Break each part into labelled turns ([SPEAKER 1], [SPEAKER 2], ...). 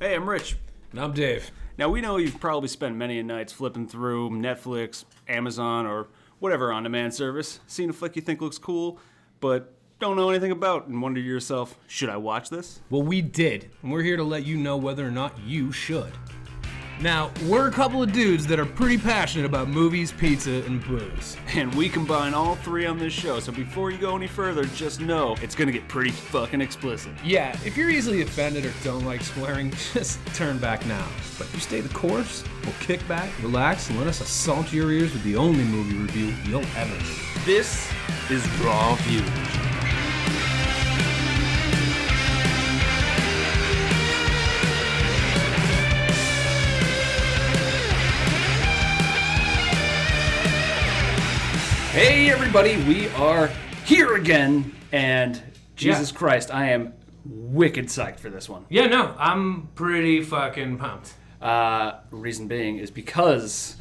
[SPEAKER 1] Hey, I'm Rich.
[SPEAKER 2] I'm Dave.
[SPEAKER 1] Now, we know you've probably spent many nights flipping through Netflix, Amazon, or whatever on demand service, seen a flick you think looks cool, but don't know anything about, and wonder to yourself, should I watch this?
[SPEAKER 2] Well, we did, and we're here to let you know whether or not you should. Now, we're a couple of dudes that are pretty passionate about movies, pizza, and booze.
[SPEAKER 1] And we combine all three on this show, so before you go any further, just know it's gonna get pretty fucking explicit.
[SPEAKER 2] Yeah, if you're easily offended or don't like swearing, just turn back now. But if you stay the course, we'll kick back, relax, and let us assault your ears with the only movie review you'll ever need.
[SPEAKER 1] This is Raw View. Hey, everybody, we are here again, and Jesus
[SPEAKER 2] Yeah.
[SPEAKER 1] Christ, I am wicked psyched for this one.
[SPEAKER 2] Yeah, no, I'm pretty fucking pumped.
[SPEAKER 1] Uh, reason being is because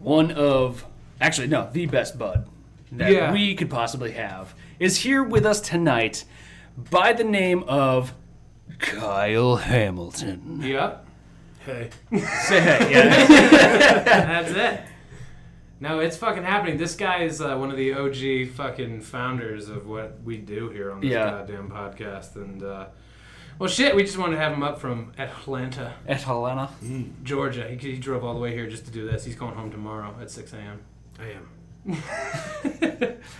[SPEAKER 1] one of, actually, no, the best bud that
[SPEAKER 2] Yeah.
[SPEAKER 1] we could possibly have is here with us tonight by the name of Kyle Hamilton.
[SPEAKER 3] Yep. Hey.
[SPEAKER 1] Say hey, yeah.
[SPEAKER 3] That's it. No, it's fucking happening. This guy is uh, one of the OG fucking founders of what we do here on this
[SPEAKER 1] Yeah.
[SPEAKER 3] goddamn podcast. And, uh, well, shit, we just wanted to have him up from Atlanta,
[SPEAKER 1] At Helena.
[SPEAKER 3] Georgia. He, he drove all the way here just to do this. He's going home tomorrow at 6 a.m.
[SPEAKER 4] I am.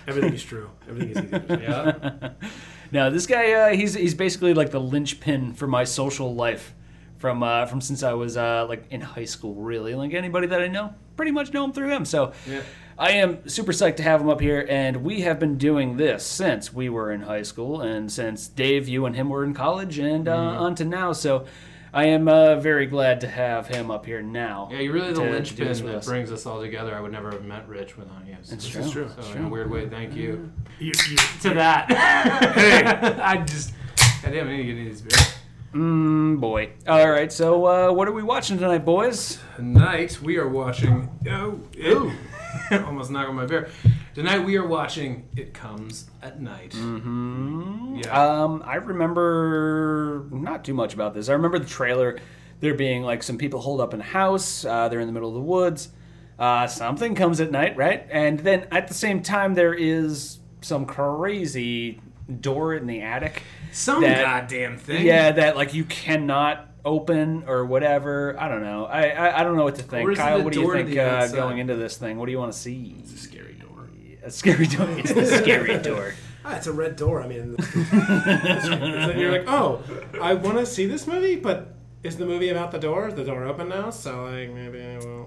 [SPEAKER 4] Everything is true. Everything is easy. to say.
[SPEAKER 3] Yeah.
[SPEAKER 1] No, this guy, uh, he's he's basically like the linchpin for my social life, from uh, from since I was uh, like in high school. Really, like anybody that I know, pretty much know him through him. So,
[SPEAKER 3] Yeah.
[SPEAKER 1] I am super psyched to have him up here, and we have been doing this since we were in high school, and since Dave, you and him were in college, and uh,
[SPEAKER 3] Mm-hmm.
[SPEAKER 1] on to now. So, I am uh, very glad to have him up here now.
[SPEAKER 3] yeah, you're really
[SPEAKER 1] To-
[SPEAKER 3] the
[SPEAKER 1] to do
[SPEAKER 3] linchpin
[SPEAKER 1] this with
[SPEAKER 3] that
[SPEAKER 1] us.
[SPEAKER 3] brings us all together. I would never have met Rich without you. So,
[SPEAKER 1] It's
[SPEAKER 4] This is
[SPEAKER 1] true.
[SPEAKER 4] true.
[SPEAKER 3] so in a weird way, thank you.
[SPEAKER 4] You, you,
[SPEAKER 3] to that. I just. Goddamn, I need to get into this beer.
[SPEAKER 1] Mm, boy. All right. So, uh, what are we watching tonight, boys?
[SPEAKER 3] Tonight we are watching. Oh, ew. almost knocked on my beer. Tonight we are watching. It comes at night.
[SPEAKER 1] Mm-hmm.
[SPEAKER 3] Yeah.
[SPEAKER 1] Um, I remember not too much about this. I remember the trailer. There being like some people holed up in a house. Uh, they're in the middle of the woods. Uh, something comes at night, right? And then at the same time, there is some crazy door in the attic.
[SPEAKER 3] Some
[SPEAKER 1] that-
[SPEAKER 3] goddamn thing.
[SPEAKER 1] Yeah, that like you cannot open or whatever. I don't know. I I, I don't know what to think.
[SPEAKER 3] Or is it
[SPEAKER 1] Kyle,
[SPEAKER 3] the
[SPEAKER 1] what do you
[SPEAKER 3] door to
[SPEAKER 1] think
[SPEAKER 3] the
[SPEAKER 1] uh,
[SPEAKER 3] outside?
[SPEAKER 1] going into this thing? What do you want to see?
[SPEAKER 4] it's a scary door.
[SPEAKER 1] A scary door. It's the scary door.
[SPEAKER 4] Ah, it's a red door. I mean, and you're like, oh, I want to see this movie, but is the movie about the door? Is the door open now? So like, maybe I will.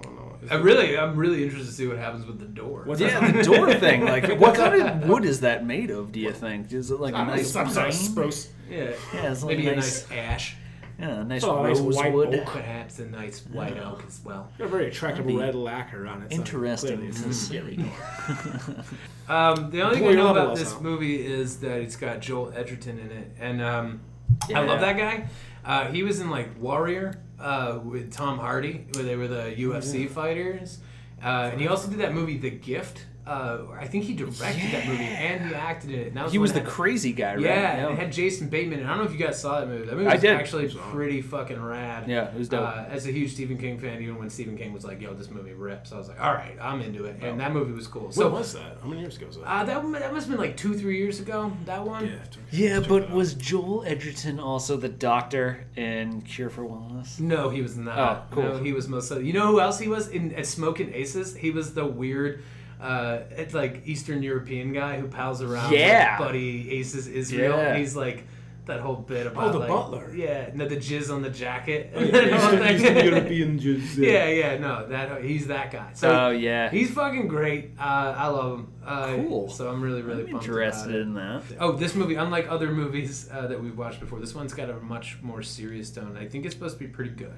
[SPEAKER 3] I really, I'm really interested to see what happens with the door.
[SPEAKER 4] What's
[SPEAKER 1] Yeah, the door thing. Like, what kind of wood is that made of? Do you think? Is it like a nice
[SPEAKER 4] some sort of
[SPEAKER 1] pine?
[SPEAKER 4] spruce.
[SPEAKER 3] Yeah.
[SPEAKER 1] Yeah, it's like
[SPEAKER 3] Maybe
[SPEAKER 1] a
[SPEAKER 3] a
[SPEAKER 1] nice,
[SPEAKER 3] nice ash.
[SPEAKER 1] yeah, a nice
[SPEAKER 4] Oh, nice white
[SPEAKER 1] rosewood.
[SPEAKER 4] oak.
[SPEAKER 3] Perhaps a nice white oak as well.
[SPEAKER 4] Got a very attractive
[SPEAKER 1] That'd be
[SPEAKER 4] red lacquer on it. so
[SPEAKER 1] interesting.
[SPEAKER 4] clearly it's a scary door.
[SPEAKER 3] Um, the only thing
[SPEAKER 4] Well,
[SPEAKER 3] I
[SPEAKER 4] your
[SPEAKER 3] know
[SPEAKER 4] level
[SPEAKER 3] about
[SPEAKER 4] also.
[SPEAKER 3] this movie is that it's got Joel Edgerton in it, and um,
[SPEAKER 1] Yeah.
[SPEAKER 3] I love that guy. Uh, he was in like Warrior uh, with Tom Hardy, where they were the UFC fighters, uh, and he also did that movie The Gift. Uh, I think he directed that movie and he acted in it. And that
[SPEAKER 1] He was the
[SPEAKER 3] when it had-
[SPEAKER 1] crazy guy, right?
[SPEAKER 3] yeah, and it had Jason Bateman. And I don't know if you guys saw that movie. That movie
[SPEAKER 1] I
[SPEAKER 3] was
[SPEAKER 1] did.
[SPEAKER 3] actually pretty fucking rad.
[SPEAKER 1] Yeah, it was dope.
[SPEAKER 3] Uh, as a huge Stephen King fan, even when Stephen King was like, "Yo, this movie rips," I was like, "All right, I'm into it." And that movie was
[SPEAKER 1] Mm-hmm.
[SPEAKER 3] cool.
[SPEAKER 4] So
[SPEAKER 3] So
[SPEAKER 4] what was that? How many years ago was
[SPEAKER 1] Um,
[SPEAKER 4] that?
[SPEAKER 3] uh, that one- that must have been like two, three years ago. That one.
[SPEAKER 4] Gift.
[SPEAKER 1] Yeah,
[SPEAKER 4] Check it
[SPEAKER 1] but
[SPEAKER 4] out.
[SPEAKER 1] was Joel Edgerton also the doctor in Cure for Wellness?
[SPEAKER 3] No, he was not.
[SPEAKER 1] Oh, cool.
[SPEAKER 3] No, he was most. You know who else he was in uh, Smoking Aces? He was the weird. Uh, it's like Eastern European guy who pals around
[SPEAKER 1] Yeah.
[SPEAKER 3] with Buddy Aces Israel.
[SPEAKER 1] Yeah.
[SPEAKER 3] He's like that whole bit about
[SPEAKER 4] the
[SPEAKER 3] like,
[SPEAKER 4] butler.
[SPEAKER 3] Yeah, no, the jizz on the jacket.
[SPEAKER 4] European Jews.
[SPEAKER 3] yeah, yeah, no, that he's that guy. So
[SPEAKER 1] Oh yeah,
[SPEAKER 3] he's fucking great. Uh, I love him. Uh,
[SPEAKER 1] Cool.
[SPEAKER 3] So I'm really, really
[SPEAKER 1] I'm
[SPEAKER 3] pumped about
[SPEAKER 1] interested
[SPEAKER 3] it.
[SPEAKER 1] in that.
[SPEAKER 3] Oh, this movie, unlike other movies uh, that we've watched before, this one's got a much more serious tone. I think it's supposed to be pretty good.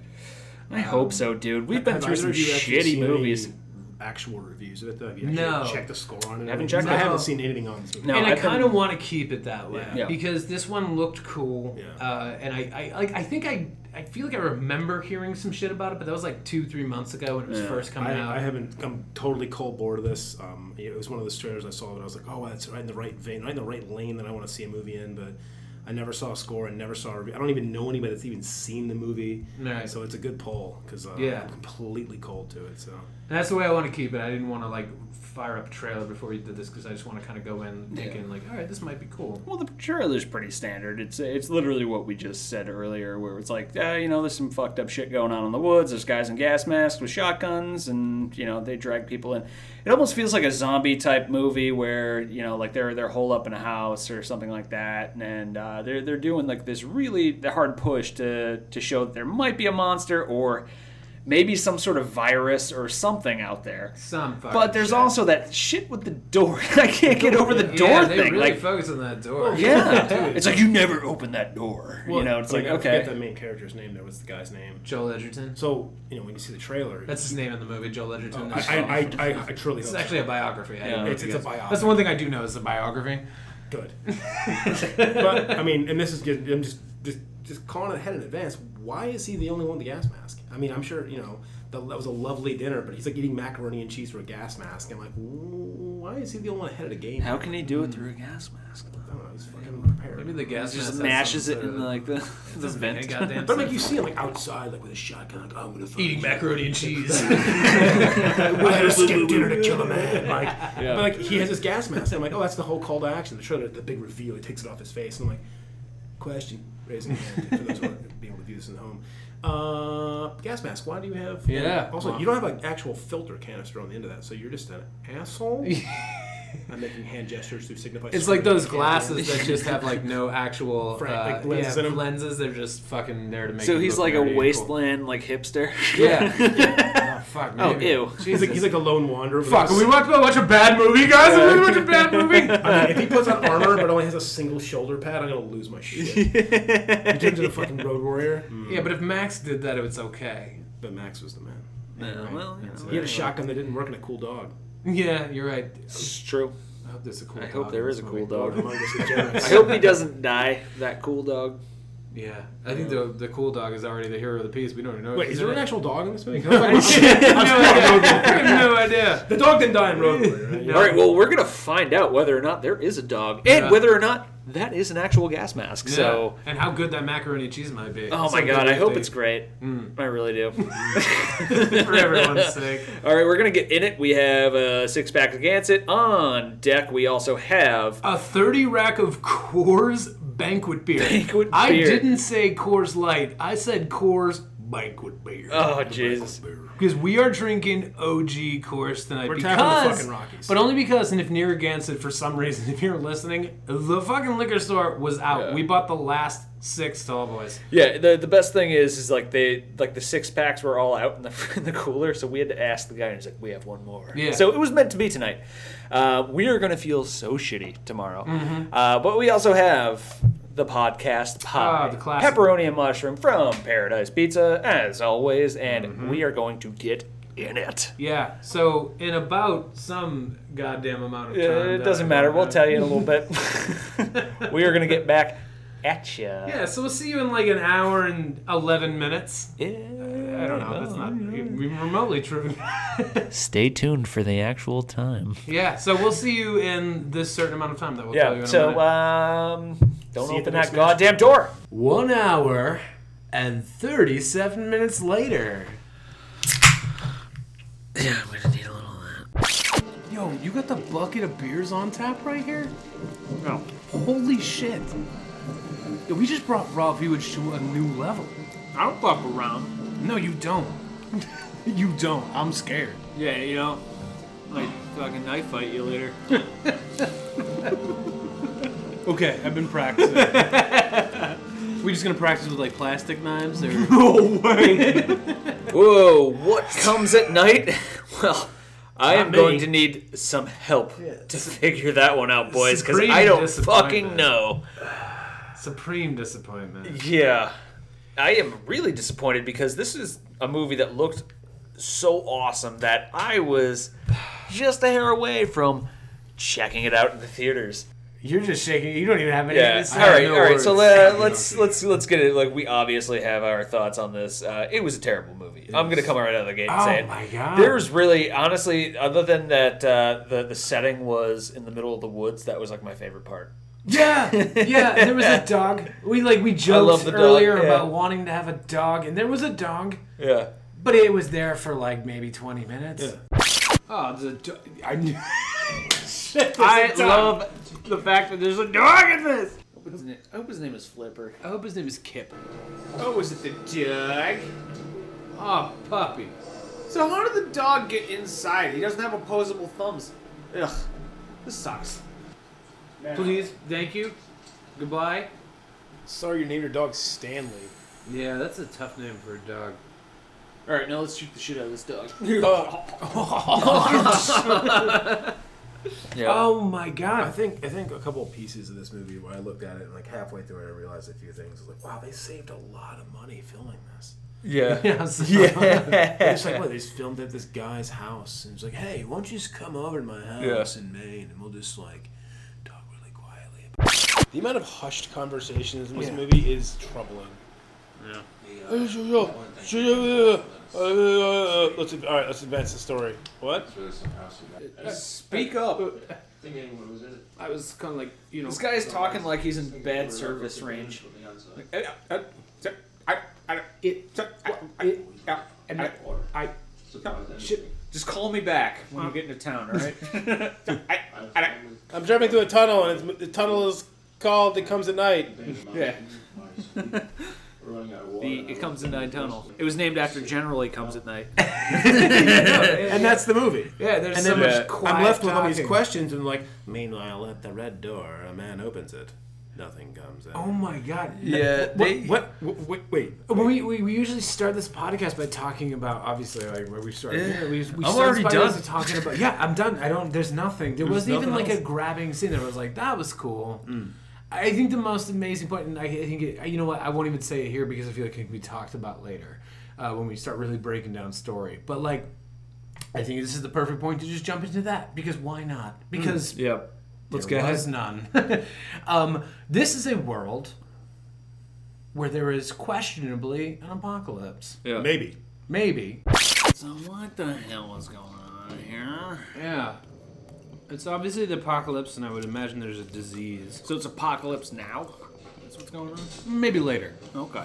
[SPEAKER 1] I hope so, dude. We've been
[SPEAKER 4] Have
[SPEAKER 1] through
[SPEAKER 4] either
[SPEAKER 1] some
[SPEAKER 4] Um, of you actually
[SPEAKER 1] shitty
[SPEAKER 4] seen
[SPEAKER 1] movies.
[SPEAKER 4] any Actual reviews of it though. Have you actually
[SPEAKER 3] No.
[SPEAKER 4] checked the score on it?
[SPEAKER 1] Haven't
[SPEAKER 4] Because
[SPEAKER 1] checked
[SPEAKER 4] I
[SPEAKER 3] it.
[SPEAKER 4] haven't
[SPEAKER 3] No.
[SPEAKER 4] seen anything on this movie.
[SPEAKER 1] No,
[SPEAKER 3] and I
[SPEAKER 1] I've been-
[SPEAKER 3] kind of want to keep it that way
[SPEAKER 1] Yeah.
[SPEAKER 3] because this one looked cool.
[SPEAKER 4] Yeah.
[SPEAKER 3] Uh, and I, I, like, I think I, I feel like I remember hearing some shit about it, but that was like two, three months ago when it was
[SPEAKER 1] Yeah.
[SPEAKER 3] first coming out.
[SPEAKER 4] I, I haven't. I'm totally cold bored of this. Um, it was one of those trailers I saw that I was like, "Oh, that's right in the right vein, right in the right lane that I want to see a movie in." But I never saw a score and never saw a review. I don't even know anybody that's even seen the movie.
[SPEAKER 3] Right.
[SPEAKER 4] So it's a good poll because uh,
[SPEAKER 3] Yeah.
[SPEAKER 4] I'm completely cold to it. So
[SPEAKER 3] And that's the way I want to keep it. I didn't want to like fire up a trailer before you did this because I just want to kind of go in thinking like, all right, this might be cool.
[SPEAKER 1] Well, the trailer's pretty standard. It's it's literally what we just said earlier, where it's like, uh, you know, there's some fucked up shit going on in the woods. There's guys in gas masks with shotguns, and you know, they drag people in. It almost feels like a zombie type movie where you know, like they're they're holed up in a house or something like that, and uh, they're they're doing like this really hard push to to show that there might be a monster or maybe some sort of virus or something out there.
[SPEAKER 3] Some fucking
[SPEAKER 1] But there's
[SPEAKER 3] shit.
[SPEAKER 1] also that shit with the door. I can't get over the
[SPEAKER 3] yeah,
[SPEAKER 1] door
[SPEAKER 3] they
[SPEAKER 1] thing.
[SPEAKER 3] really
[SPEAKER 1] like Oh,
[SPEAKER 3] focus on that door.
[SPEAKER 1] yeah, it's like you never open that door. you know, it's
[SPEAKER 4] I
[SPEAKER 1] like
[SPEAKER 4] mean, I forget
[SPEAKER 1] okay,
[SPEAKER 4] the main character's name. There was the guy's name.
[SPEAKER 3] Joel Edgerton.
[SPEAKER 4] So you know when you see the trailer,
[SPEAKER 3] That's his name in the movie, Joel Edgerton.
[SPEAKER 4] Oh, I, I, I, I, I truly
[SPEAKER 3] it's
[SPEAKER 4] hope
[SPEAKER 3] actually a biography. I didn't
[SPEAKER 1] Yeah.
[SPEAKER 3] know
[SPEAKER 4] It's-
[SPEAKER 3] if you
[SPEAKER 4] it's
[SPEAKER 3] guys-
[SPEAKER 4] a biography.
[SPEAKER 3] That's the one thing I do know is a biography.
[SPEAKER 4] good. but I mean, and this is good. I'm just just just calling it ahead in advance. Why is he the only one with the gas mask? I mean, I'm sure you know that that was a lovely dinner, but he's like eating macaroni and cheese through a gas mask. I'm like, why is he the only one ahead of the game?
[SPEAKER 1] how can he do it through a gas mask?
[SPEAKER 4] I don't know. He's fucking prepared.
[SPEAKER 3] Maybe the gas
[SPEAKER 1] Just
[SPEAKER 3] mask has
[SPEAKER 1] mashes
[SPEAKER 3] some
[SPEAKER 1] it
[SPEAKER 3] sort
[SPEAKER 1] in
[SPEAKER 3] of-
[SPEAKER 1] like the, the
[SPEAKER 3] doesn't make any
[SPEAKER 1] vent.
[SPEAKER 3] goddamn
[SPEAKER 4] But like you see him like outside, like with a shotgun, like I'm gonna fucking-
[SPEAKER 3] eating macaroni and cheese.
[SPEAKER 4] I had to skip dinner to kill a man. Like,
[SPEAKER 1] Yeah.
[SPEAKER 4] but like he has his gas mask. And I'm like, oh, that's the whole call to action. The trailer, the big reveal. He takes it off his face. And I'm like, question, raising your hand for those who aren't being able to do this at home. Uh, gas mask. Why do you have? uh,
[SPEAKER 3] Yeah.
[SPEAKER 4] Also, you don't have an actual filter canister on the end of that, so you're just an asshole. I'm making hand gestures to signify.
[SPEAKER 3] It's like those glasses that just have like no actual
[SPEAKER 4] Right,
[SPEAKER 3] uh,
[SPEAKER 4] like lenses
[SPEAKER 3] yeah,
[SPEAKER 4] in 'em.
[SPEAKER 3] lenses. They're just fucking there to make.
[SPEAKER 1] So
[SPEAKER 3] you
[SPEAKER 1] he's
[SPEAKER 3] look
[SPEAKER 1] like a
[SPEAKER 3] nerdy and
[SPEAKER 1] wasteland like hipster.
[SPEAKER 3] Cool. Yeah. Oh, fuck.
[SPEAKER 1] Oh,
[SPEAKER 3] Maybe.
[SPEAKER 1] ew.
[SPEAKER 4] He's
[SPEAKER 3] Jesus.
[SPEAKER 4] like, he's like a lone wanderer. with
[SPEAKER 3] fuck.
[SPEAKER 4] a
[SPEAKER 3] Are we about to watch a bad movie, guys? Are we about to watch a bad movie?
[SPEAKER 4] I mean, if he puts on armor but only has a single shoulder pad, I'm gonna lose my shit. he turns into a fucking road warrior. Mm.
[SPEAKER 3] yeah, but if Max did that, it was okay.
[SPEAKER 4] But Max was the man.
[SPEAKER 1] Yeah, well, you know,
[SPEAKER 4] He had a shotgun that didn't work and a cool dog.
[SPEAKER 3] Yeah, you're right.
[SPEAKER 1] It's true.
[SPEAKER 3] I hope there's a cool.
[SPEAKER 1] I
[SPEAKER 3] dog
[SPEAKER 1] hope there
[SPEAKER 3] in
[SPEAKER 1] is a
[SPEAKER 3] this
[SPEAKER 1] cool
[SPEAKER 3] movie.
[SPEAKER 1] dog.
[SPEAKER 4] Among Us is generous.
[SPEAKER 1] I hope he doesn't die. That cool dog.
[SPEAKER 3] Yeah, I think the the cool dog is already the hero of the piece. We don't even know. if
[SPEAKER 4] Wait, is
[SPEAKER 3] he's
[SPEAKER 4] there
[SPEAKER 3] in
[SPEAKER 4] an
[SPEAKER 3] it.
[SPEAKER 4] actual dog in this movie?
[SPEAKER 3] I have no idea. I have no idea.
[SPEAKER 4] the dog didn't die in Road Warrior. Right?
[SPEAKER 1] All right, well, we're gonna find out whether or not there is a dog, and
[SPEAKER 3] Yeah.
[SPEAKER 1] whether or not that is an actual gas mask.
[SPEAKER 3] Yeah.
[SPEAKER 1] So,
[SPEAKER 3] and how good that macaroni and cheese might be.
[SPEAKER 1] oh my
[SPEAKER 3] Something
[SPEAKER 1] god, I
[SPEAKER 3] that
[SPEAKER 1] hope
[SPEAKER 3] they-
[SPEAKER 1] it's great.
[SPEAKER 3] Hmm.
[SPEAKER 1] I really do.
[SPEAKER 3] for everyone's sake.
[SPEAKER 1] All right, we're gonna get in it. We have a six pack of Gansett on deck. We also have
[SPEAKER 3] A 30 rack of Coors banquet beer.
[SPEAKER 1] Banquet
[SPEAKER 3] I
[SPEAKER 1] beer.
[SPEAKER 3] didn't say Coors Light. I said Coors banquet beer.
[SPEAKER 1] oh Jesus,
[SPEAKER 3] Because we are drinking OG Coors tonight.
[SPEAKER 4] We're
[SPEAKER 3] because,
[SPEAKER 4] tapping the fucking Rockies.
[SPEAKER 3] But only because, and if near Gansett, for some reason, if you're listening, the fucking liquor store was out.
[SPEAKER 1] Yeah.
[SPEAKER 3] We bought the last six tall boys.
[SPEAKER 1] yeah. The the best thing is is like they like the six packs were all out in the in the cooler, so we had to ask the guy, and he's like, "We have one more."
[SPEAKER 3] Yeah.
[SPEAKER 1] So it was meant to be tonight. Uh, we are gonna feel so shitty tomorrow, uh, but we also have. The podcast pie,
[SPEAKER 3] Ah, the classic.
[SPEAKER 1] pepperoni and mushroom from Paradise Pizza, as always, and we are going to get in it.
[SPEAKER 3] Yeah, so in about some goddamn amount of time.
[SPEAKER 1] Yeah, Uh, it
[SPEAKER 3] that
[SPEAKER 1] doesn't
[SPEAKER 3] I
[SPEAKER 1] matter.
[SPEAKER 3] don't
[SPEAKER 1] We'll
[SPEAKER 3] know.
[SPEAKER 1] tell you in a little bit. we are going to get back at you.
[SPEAKER 3] Yeah, so we'll see you in like an hour and 11 minutes. I don't know. That's not even remotely true.
[SPEAKER 1] Stay tuned for the actual time.
[SPEAKER 3] yeah. So we'll see you in this certain amount of time that we'll tell you.
[SPEAKER 1] Yeah.
[SPEAKER 3] In a
[SPEAKER 1] So,
[SPEAKER 3] minute.
[SPEAKER 1] um, don't
[SPEAKER 4] See you at the
[SPEAKER 1] open
[SPEAKER 4] next
[SPEAKER 1] that goddamn door.
[SPEAKER 3] one hour and 37 minutes later.
[SPEAKER 1] Yeah, I'm gonna need a little.
[SPEAKER 3] Yo, you got the bucket of beers on tap right here?
[SPEAKER 1] No.
[SPEAKER 3] Holy shit. Yo, we just brought raw viewage to a new level.
[SPEAKER 1] I don't fuck around.
[SPEAKER 3] No, you don't. you don't. I'm scared.
[SPEAKER 1] Yeah, you know, like fucking knife fight you later.
[SPEAKER 5] Okay, I've been practicing. we just gonna practice with like plastic knives or
[SPEAKER 1] Whoa! What comes at night? well. I am
[SPEAKER 4] me.
[SPEAKER 1] going to need some help to figure that one out, boys, because
[SPEAKER 3] Supreme
[SPEAKER 1] I don't
[SPEAKER 3] disappointment.
[SPEAKER 1] fucking know.
[SPEAKER 3] Supreme disappointment.
[SPEAKER 1] Yeah. I am really disappointed because this is a movie that looked so awesome that I was just a hair away from checking it out in the theaters.
[SPEAKER 3] You're just shaking. You don't even have any
[SPEAKER 1] Yeah.
[SPEAKER 3] of this.
[SPEAKER 1] All right.
[SPEAKER 3] No
[SPEAKER 1] all right. So let,
[SPEAKER 3] words.
[SPEAKER 1] uh, let's let's let's get it. Like we obviously have our thoughts on this. Uh, it was a terrible movie. I'm gonna come right out of the gate and say
[SPEAKER 3] Oh
[SPEAKER 1] it.
[SPEAKER 3] my god.
[SPEAKER 1] There was really, honestly, other than that, uh, the the setting was in the middle of the woods. That was like my favorite part.
[SPEAKER 3] Yeah, yeah. There was a dog. We like we joked
[SPEAKER 1] love the dog,
[SPEAKER 3] earlier
[SPEAKER 1] yeah.
[SPEAKER 3] about wanting to have a dog, and there was a dog,
[SPEAKER 1] Yeah.
[SPEAKER 3] but it was there for like maybe twenty minutes.
[SPEAKER 5] Oh, there's a dog. I knew.
[SPEAKER 3] I love.
[SPEAKER 5] the fact that there's a dog in this.
[SPEAKER 6] His na- I hope his name is Flipper.
[SPEAKER 5] I hope his name is Kip.
[SPEAKER 6] Oh, was it the dog?
[SPEAKER 3] Oh, puppy.
[SPEAKER 6] So how did the dog get inside? He doesn't have opposable thumbs. Ugh, this sucks.
[SPEAKER 3] Please, thank you. Goodbye.
[SPEAKER 6] Sorry, you named your dog Stanley.
[SPEAKER 3] Yeah, that's a tough name for a dog.
[SPEAKER 6] All right, now let's shoot the shit out of this dog. Uh,
[SPEAKER 3] Oh my god.
[SPEAKER 4] I think I think a couple of pieces of this movie where I looked at it and like halfway through it I realized a few things. I was like, wow, they saved a lot of money filming this.
[SPEAKER 1] Yeah.
[SPEAKER 3] Yeah, so-
[SPEAKER 4] It's like, what, they just filmed at this guy's house and it's like, hey, why don't you just come over to my house in Maine and we'll just like talk really quietly. About
[SPEAKER 6] The amount of hushed conversations in this
[SPEAKER 4] Yeah.
[SPEAKER 6] movie is troubling. Yeah. Uh, Let's all right. Let's advance the story. What?
[SPEAKER 1] Speak up.
[SPEAKER 5] I was kind of like, you know.
[SPEAKER 1] This guy's talking like he's in bad service range. Just call me back when you get into town, all right?
[SPEAKER 6] I'm driving through a tunnel, and it's, the tunnel is called. It comes at night.
[SPEAKER 1] Yeah.
[SPEAKER 7] The,
[SPEAKER 1] It comes at night tunnel. It was named after General It Comes at Night.
[SPEAKER 4] and that's the movie.
[SPEAKER 3] yeah, there's
[SPEAKER 4] And
[SPEAKER 3] so
[SPEAKER 4] then
[SPEAKER 3] much quiet.
[SPEAKER 4] I'm left with all these
[SPEAKER 3] talking.
[SPEAKER 4] questions and like, meanwhile, at the red door, a man opens it. Nothing comes out.
[SPEAKER 3] Oh my god.
[SPEAKER 1] Yeah. They,
[SPEAKER 4] What? Wait, wait. wait.
[SPEAKER 3] We, we, we usually start this podcast by talking about obviously like where we started. Yeah, we, we start
[SPEAKER 1] already
[SPEAKER 3] by
[SPEAKER 1] done.
[SPEAKER 3] just talking about. Yeah, I'm done. I don't. There's nothing. There wasn't even
[SPEAKER 4] nothing
[SPEAKER 3] like a grabbing scene. There was like that was cool. I think the most amazing point, and I think it, you know what, I won't even say it here because I feel like it can be talked about later uh, when we start really breaking down story. But like, I think this is the perfect point to just jump into that because why not? Because
[SPEAKER 1] Yep. Let's
[SPEAKER 3] there was none. um, this is a world where there is questionably an apocalypse.
[SPEAKER 4] uh, Maybe.
[SPEAKER 3] Maybe.
[SPEAKER 6] So what the hell is going on here?
[SPEAKER 5] Yeah. It's obviously the apocalypse, and I would imagine there's a disease.
[SPEAKER 6] So it's apocalypse now. That's what's going on.
[SPEAKER 5] Maybe later.
[SPEAKER 6] Okay.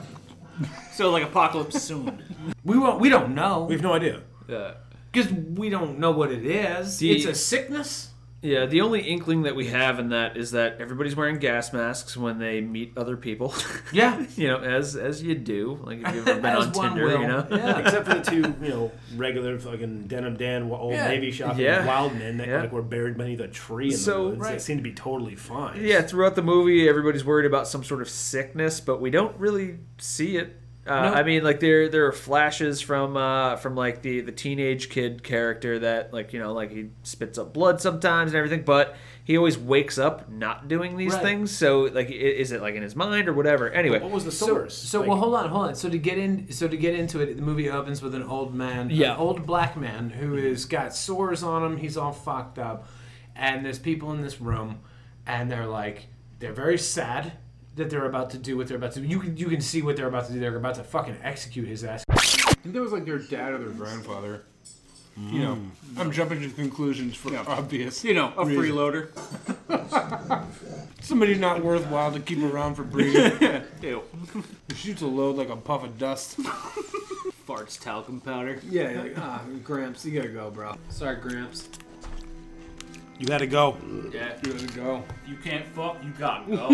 [SPEAKER 6] So like apocalypse soon.
[SPEAKER 3] We won't. We don't know
[SPEAKER 4] We have no idea.
[SPEAKER 1] Yeah.
[SPEAKER 3] because we don't know what it is.
[SPEAKER 1] The-
[SPEAKER 3] it's a sickness.
[SPEAKER 1] Yeah, the only inkling that we have in that is that everybody's wearing gas masks when they meet other people.
[SPEAKER 3] Yeah.
[SPEAKER 1] you know, as as you do. Like if you've ever been
[SPEAKER 3] As
[SPEAKER 1] on
[SPEAKER 3] one
[SPEAKER 1] Tinder,
[SPEAKER 3] will.
[SPEAKER 1] you know.
[SPEAKER 3] Yeah.
[SPEAKER 4] Except for the two, you know, regular fucking Denim Dan, wa- old
[SPEAKER 3] Yeah.
[SPEAKER 4] Navy shop,
[SPEAKER 1] Yeah.
[SPEAKER 4] wild men that
[SPEAKER 1] Yeah.
[SPEAKER 4] like were buried beneath a tree in
[SPEAKER 1] So,
[SPEAKER 4] the woods. They
[SPEAKER 1] right.
[SPEAKER 4] seem to be totally fine.
[SPEAKER 1] Yeah, throughout the movie, everybody's worried about some sort of sickness, but we don't really see it. Uh,
[SPEAKER 3] No.
[SPEAKER 1] I mean, like there there are flashes from uh, from like the the teenage kid character that like you know like he spits up blood sometimes and everything, but he always wakes up not doing these
[SPEAKER 3] Right.
[SPEAKER 1] things. So like, i- is it like in his mind or whatever? Anyway,
[SPEAKER 4] What was the
[SPEAKER 3] So,
[SPEAKER 4] source?
[SPEAKER 3] so
[SPEAKER 4] Like,
[SPEAKER 3] well, hold on, hold on. So to get in, so to get into it, the movie opens with an old man, an
[SPEAKER 1] Yeah.
[SPEAKER 3] old black man who is got sores on him. He's all fucked up, and there's people in this room, and they're like, they're very sad that they're about to do what they're about to. do. You can you can see what they're about to do. They're about to fucking execute his ass.
[SPEAKER 5] I think that was like their dad or their grandfather. You know,
[SPEAKER 4] Hmm.
[SPEAKER 5] I'm jumping to conclusions for obvious. You know, a freeloader. Somebody not worthwhile to keep around for breathing.
[SPEAKER 6] Ew.
[SPEAKER 5] Who shoots a load like a puff of dust.
[SPEAKER 6] Farts talcum powder.
[SPEAKER 5] Yeah, you're like, ah, Gramps, you gotta go, bro. Sorry, Gramps.
[SPEAKER 4] you gotta go.
[SPEAKER 6] Yeah.
[SPEAKER 5] You gotta go.
[SPEAKER 6] You can't fuck. You got go.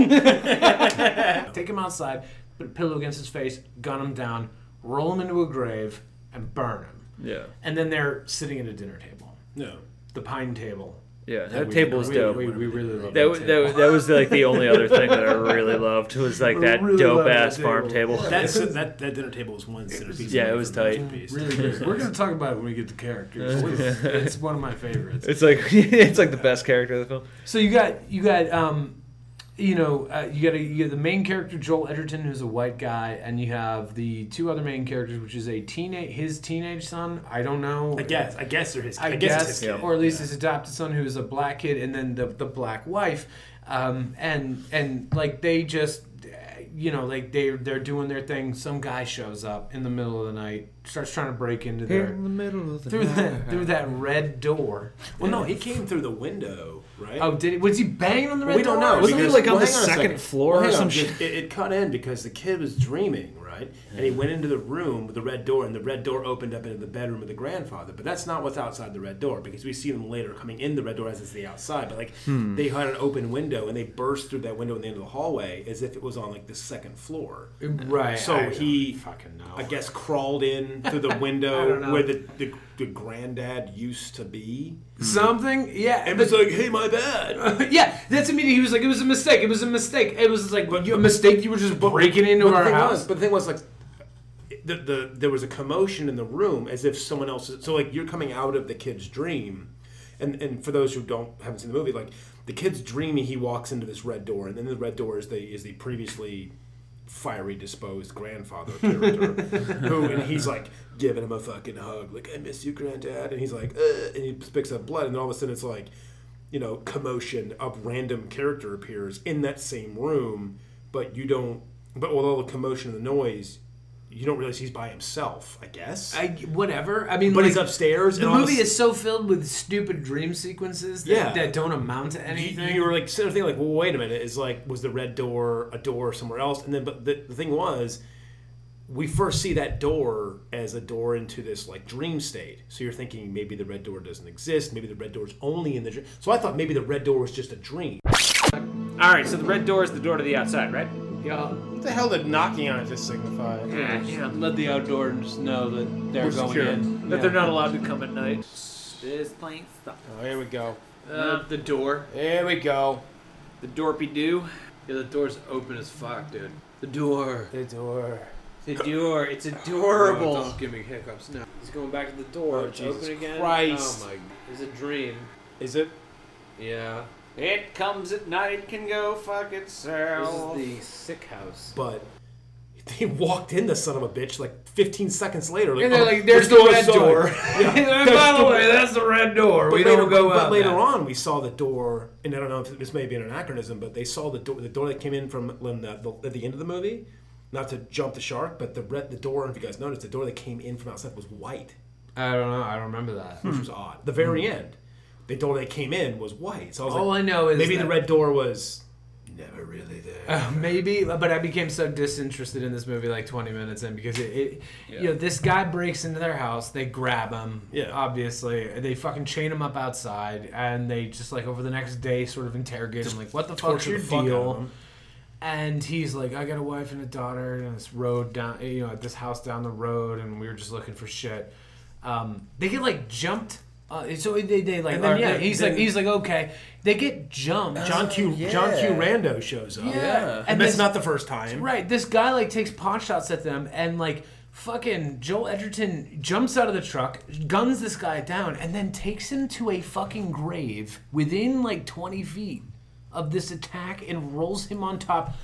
[SPEAKER 3] Take him outside, put a pillow against his face, gun him down, roll him into a grave, and burn him.
[SPEAKER 1] yeah,
[SPEAKER 3] And then they're sitting at a dinner table,
[SPEAKER 4] No.
[SPEAKER 3] the pine table.
[SPEAKER 1] yeah, that table was
[SPEAKER 3] we,
[SPEAKER 1] dope.
[SPEAKER 3] We, we really love
[SPEAKER 1] that,
[SPEAKER 3] that,
[SPEAKER 1] wa-
[SPEAKER 3] table.
[SPEAKER 1] that, wa- that was like the only other thing that I really loved was like that
[SPEAKER 3] Really
[SPEAKER 1] dope
[SPEAKER 3] loved that
[SPEAKER 1] ass farm
[SPEAKER 3] table.
[SPEAKER 1] table.
[SPEAKER 4] That, that, that dinner table was one centerpiece.
[SPEAKER 1] yeah,
[SPEAKER 4] away
[SPEAKER 1] it was
[SPEAKER 4] from the
[SPEAKER 1] tight.
[SPEAKER 4] piece.
[SPEAKER 3] Really good. We're gonna talk about it when we get to characters. It's, it's one of my favorites.
[SPEAKER 1] It's like it's like the best character of the film.
[SPEAKER 3] So you got you got um, you know uh, you got a, you got the main character Joel Edgerton who's a white guy, and you have the two other main characters, which is a teenage his teenage son. I don't know.
[SPEAKER 4] I guess. I guess they're his.
[SPEAKER 3] I,
[SPEAKER 4] it's
[SPEAKER 3] guess,
[SPEAKER 4] his kid.
[SPEAKER 3] or at least his adopted son, who is a black kid, and then the the black wife, um, and and like they just you know, like they they're doing their thing. Some guy shows up in the middle of the night, starts trying to break into their
[SPEAKER 2] In the middle of the
[SPEAKER 3] through
[SPEAKER 2] night.
[SPEAKER 3] that through that red door.
[SPEAKER 4] Well, no, he came through the window, right?
[SPEAKER 3] Oh, did he, was he banging on the red
[SPEAKER 4] we
[SPEAKER 3] door?
[SPEAKER 4] don't know.
[SPEAKER 3] Wasn't
[SPEAKER 1] he,
[SPEAKER 4] because-
[SPEAKER 1] like, on
[SPEAKER 4] well,
[SPEAKER 1] the
[SPEAKER 4] hang a
[SPEAKER 1] second
[SPEAKER 4] second.
[SPEAKER 1] floor
[SPEAKER 4] Well,
[SPEAKER 1] or
[SPEAKER 4] hang on,
[SPEAKER 1] some
[SPEAKER 4] because It, it cut in because the kid was dreaming, right? And he went into the room with the red door, and the red door opened up into the bedroom of the grandfather. But that's not what's outside the red door because we see them later coming in the red door as it's the outside. But like
[SPEAKER 3] Hmm.
[SPEAKER 4] they had an open window and they burst through that window in the end of the hallway as if it was on like the second floor.
[SPEAKER 3] he- right.
[SPEAKER 4] So
[SPEAKER 3] I don't
[SPEAKER 4] he-
[SPEAKER 3] fucking know.
[SPEAKER 4] I guess crawled in through the
[SPEAKER 3] don't
[SPEAKER 4] window
[SPEAKER 3] know.
[SPEAKER 4] where the, the, the granddad used to be.
[SPEAKER 3] something. Yeah.
[SPEAKER 4] And
[SPEAKER 3] the-
[SPEAKER 4] was like, hey, my bad.
[SPEAKER 3] yeah, that's immediately. He was like, "It was a mistake. It was a mistake. It was like you, a mistake. You were just breaking into
[SPEAKER 4] But the
[SPEAKER 3] our
[SPEAKER 4] thing
[SPEAKER 3] house."
[SPEAKER 4] was, but the thing was like. The, the, there was a commotion in the room as if someone else so like you're coming out of the kid's dream and and for those who don't haven't seen the movie like the kid's dreaming he walks into this red door and then the red door is the is the previously fiery disposed grandfather character who and he's like giving him a fucking hug like i miss you granddad and he's like Ugh, and he picks up blood and all of a sudden it's like you know commotion a random character appears in that same room but you don't but with all the commotion and the noise you don't realize he's by himself i guess
[SPEAKER 3] I, whatever. I mean,
[SPEAKER 4] but
[SPEAKER 3] like,
[SPEAKER 4] he's upstairs
[SPEAKER 3] The
[SPEAKER 4] and all of a
[SPEAKER 3] movie
[SPEAKER 4] sudden-
[SPEAKER 3] is so filled with stupid dream sequences that,
[SPEAKER 4] Yeah.
[SPEAKER 3] that don't amount to
[SPEAKER 4] you-
[SPEAKER 3] anything.
[SPEAKER 4] You were like sort of thinking like, well, wait a minute, is like was the red door a door somewhere else? And then, but the, the thing was, we first see that door as a door into this like dream state. So you're thinking maybe the red door doesn't exist. Maybe the red door is only in the dream. So I thought maybe the red door was just a dream.
[SPEAKER 6] All right, so the red door is the door to the outside, right?
[SPEAKER 5] Yeah,
[SPEAKER 6] What the hell did knocking on it just signify?
[SPEAKER 5] yeah. Let the outdoors know that they're going in.
[SPEAKER 6] That they're not allowed to come at night.
[SPEAKER 7] This plane stuck.
[SPEAKER 5] Oh, here we go.
[SPEAKER 7] Uh, the door.
[SPEAKER 5] Here we go.
[SPEAKER 7] The dorpy do.
[SPEAKER 5] Yeah, the door's open as fuck, dude. The door.
[SPEAKER 6] The door.
[SPEAKER 7] The door. It's
[SPEAKER 5] Oh,
[SPEAKER 7] adorable.
[SPEAKER 5] don't give me hiccups now.
[SPEAKER 7] He's going back to the door.
[SPEAKER 6] Oh,
[SPEAKER 7] it's
[SPEAKER 6] Jesus
[SPEAKER 7] open again.
[SPEAKER 6] Christ.
[SPEAKER 7] Oh my. It's a dream.
[SPEAKER 6] Is it?
[SPEAKER 5] Yeah.
[SPEAKER 6] It comes at night, can go fuck
[SPEAKER 7] This
[SPEAKER 6] itself.
[SPEAKER 7] is the sick house.
[SPEAKER 4] But they walked in the son of a bitch like 15 seconds later. Like,
[SPEAKER 3] and they're
[SPEAKER 4] "Oh,
[SPEAKER 3] like, "There's
[SPEAKER 4] let's
[SPEAKER 3] the
[SPEAKER 4] go
[SPEAKER 3] red
[SPEAKER 4] outside."
[SPEAKER 3] door." And By the way, that's the red door.
[SPEAKER 4] But
[SPEAKER 3] we
[SPEAKER 4] later,
[SPEAKER 3] don't go
[SPEAKER 4] but,
[SPEAKER 3] out.
[SPEAKER 4] later
[SPEAKER 3] that.
[SPEAKER 4] on, we saw the door, and I don't know if this may be an anachronism, but they saw the door, the door that came in from when the, the, at the end of the movie. Not to jump the shark, but the red, the door. If you guys noticed, the door that came in from outside was white,
[SPEAKER 3] I don't know. I don't remember that.
[SPEAKER 4] which was odd. The very end, the door that came in was white. So I was
[SPEAKER 3] Hmm. All I
[SPEAKER 4] like,
[SPEAKER 3] know is
[SPEAKER 4] maybe
[SPEAKER 3] that-
[SPEAKER 4] the red door was never really there.
[SPEAKER 3] Uh, maybe, but I became so disinterested in this movie like 20 minutes in because it, it you know, this guy breaks into their house, they grab him,
[SPEAKER 4] Yeah.
[SPEAKER 3] obviously, they fucking chain him up outside, and they just like over the next day sort of interrogate him, like, what the fuck's
[SPEAKER 4] torture
[SPEAKER 3] your
[SPEAKER 4] the fuck out of
[SPEAKER 3] deal?
[SPEAKER 4] him.
[SPEAKER 3] And he's like, I got a wife and a daughter, and this road down, you know, at this house down the road, and we were just looking for shit. Um, they get like jumped. Uh, so they, they like
[SPEAKER 4] And then,
[SPEAKER 3] are-
[SPEAKER 4] yeah,
[SPEAKER 3] he's
[SPEAKER 4] then-
[SPEAKER 3] like he's like okay they get jumped
[SPEAKER 4] John Q. John Q. Rando shows up.
[SPEAKER 3] Yeah.
[SPEAKER 4] and,
[SPEAKER 3] And
[SPEAKER 4] that's
[SPEAKER 3] this-
[SPEAKER 4] not the first time.
[SPEAKER 3] Right. This guy like takes pot shots at them and like fucking Joel Edgerton jumps out of the truck, guns this guy down, and then takes him to a fucking grave within like twenty feet of this attack and rolls him on top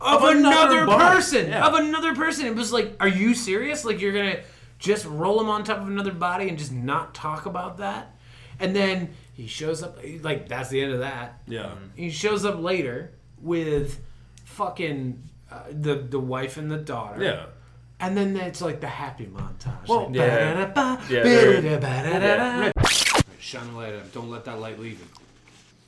[SPEAKER 3] of,
[SPEAKER 4] Of another
[SPEAKER 3] another,
[SPEAKER 4] body.
[SPEAKER 3] person.
[SPEAKER 4] Yeah.
[SPEAKER 3] Of another person. It was like, are you serious? Like you're gonna just roll him on top of another body and just not talk about that? And then he shows up like that's the end of that. Um,
[SPEAKER 4] Yeah.
[SPEAKER 3] He shows up later with fucking uh, the the wife and the daughter.
[SPEAKER 4] Yeah.
[SPEAKER 3] And then it's like the happy montage.
[SPEAKER 4] Well,
[SPEAKER 3] like,
[SPEAKER 1] yeah.
[SPEAKER 3] ba-da-da-ba,
[SPEAKER 1] Yeah, there-
[SPEAKER 3] ba-da-da-ba-da-da.
[SPEAKER 5] Shine the light up. Don't let that light leave it.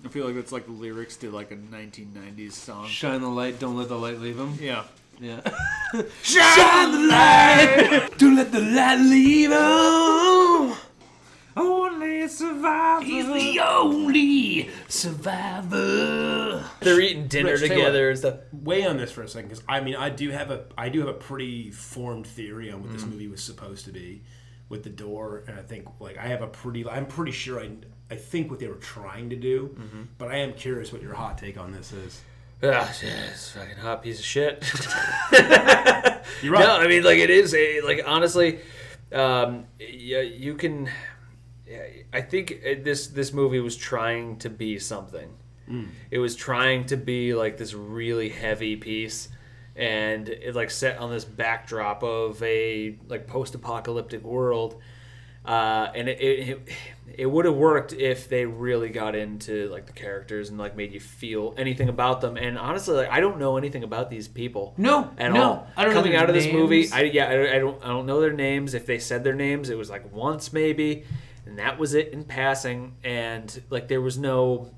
[SPEAKER 7] I feel like that's like the lyrics to like a 1990s song.
[SPEAKER 5] Shine the light. Don't let the light leave him.
[SPEAKER 7] Yeah.
[SPEAKER 5] Yeah.
[SPEAKER 3] Shine the light. Don't let the light leave on. Only survivor. He's the only survivor.
[SPEAKER 1] They're eating dinner
[SPEAKER 4] Rich, tell you
[SPEAKER 1] together and stuff.
[SPEAKER 4] weigh on this for a second because I mean I do have a I do have a pretty formed theory on what
[SPEAKER 1] Mm.
[SPEAKER 4] this movie was supposed to be with the door and I think like I have a pretty I'm pretty sure I I think what they were trying to do
[SPEAKER 1] Mm-hmm.
[SPEAKER 4] but I am curious what your hot take on this is
[SPEAKER 1] Ah, shit, it's a fucking hot piece of shit.
[SPEAKER 4] you're right
[SPEAKER 1] No, I mean like it is a like honestly, um, yeah, you can. yeah, I think uh, this this movie was trying to be something.
[SPEAKER 4] Mm.
[SPEAKER 1] It was trying to be like this really heavy piece, and it like set on this backdrop of a like post apocalyptic world. Uh, and it it, it, it would have worked if they really got into like the characters and like made you feel anything about them. And honestly, like I don't know anything about these people.
[SPEAKER 3] No,
[SPEAKER 1] at
[SPEAKER 3] no.
[SPEAKER 1] all.
[SPEAKER 3] I don't know
[SPEAKER 1] Coming
[SPEAKER 3] their
[SPEAKER 1] out of this movie,
[SPEAKER 3] names.
[SPEAKER 1] I yeah, I, I don't I don't know their names. If they said their names, it was like once maybe, and that was it in passing. And like there was no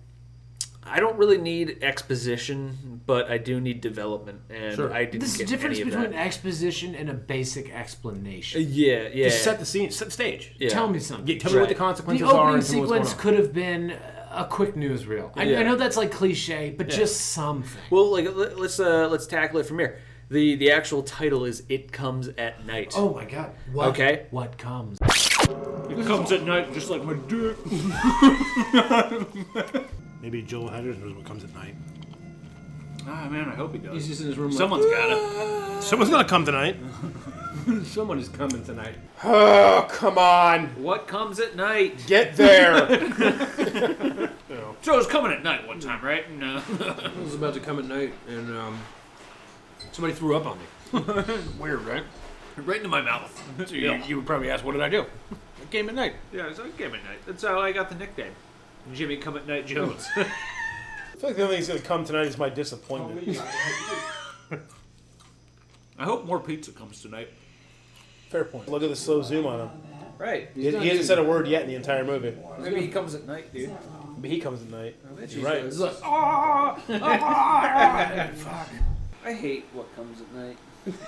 [SPEAKER 1] I don't really need exposition, but I do need development, and I didn't
[SPEAKER 3] This is the
[SPEAKER 1] get
[SPEAKER 3] difference
[SPEAKER 1] any of
[SPEAKER 3] between
[SPEAKER 1] that.
[SPEAKER 3] exposition and a basic
[SPEAKER 7] Uh,
[SPEAKER 3] explanation.
[SPEAKER 1] yeah, yeah.
[SPEAKER 4] Just set the scene, set the stage.
[SPEAKER 1] yeah.
[SPEAKER 3] Tell me something.
[SPEAKER 4] Yeah, tell me what the
[SPEAKER 1] Right.
[SPEAKER 4] consequences
[SPEAKER 3] the
[SPEAKER 4] are
[SPEAKER 3] opening
[SPEAKER 4] and tell me what's going
[SPEAKER 3] sequence
[SPEAKER 4] on.
[SPEAKER 3] could have been a quick newsreel. I, I
[SPEAKER 1] Yeah.
[SPEAKER 3] know that's like cliche, but just something.
[SPEAKER 1] Well, like let- let's uh, let's tackle it from here. the The actual title is "It Comes at Night."
[SPEAKER 3] Oh my god. What,
[SPEAKER 1] Okay.
[SPEAKER 3] What comes?
[SPEAKER 5] It comes at night just like my dick.
[SPEAKER 4] Maybe Joel Henderson knows what comes at night.
[SPEAKER 5] Ah, man, I hope he does.
[SPEAKER 2] He's just in his room. Like,
[SPEAKER 5] Someone's got
[SPEAKER 4] Someone's gonna come tonight.
[SPEAKER 5] it. Someone is coming tonight.
[SPEAKER 7] Oh, come on.
[SPEAKER 1] What comes at night?
[SPEAKER 7] Get there.
[SPEAKER 5] So it was coming at night one time, right? And, uh,
[SPEAKER 2] I was about to come at night, and um, somebody threw up on me.
[SPEAKER 5] weird, right? Right into my mouth. So you, you would probably ask, what did I do? I came at night.
[SPEAKER 2] Yeah, it's like game at night. That's how I got the nickname, Jimmy Come at Night Jones.
[SPEAKER 4] I feel like the only thing that's gonna come tonight is my disappointment.
[SPEAKER 5] I hope more pizza comes tonight.
[SPEAKER 4] Fair point. Look at the slow zoom on him.
[SPEAKER 1] Right.
[SPEAKER 4] He, he hasn't said a word yet in the entire movie.
[SPEAKER 1] Maybe he comes at night, dude.
[SPEAKER 4] But he comes at night. You're right.
[SPEAKER 6] I hate what comes at night.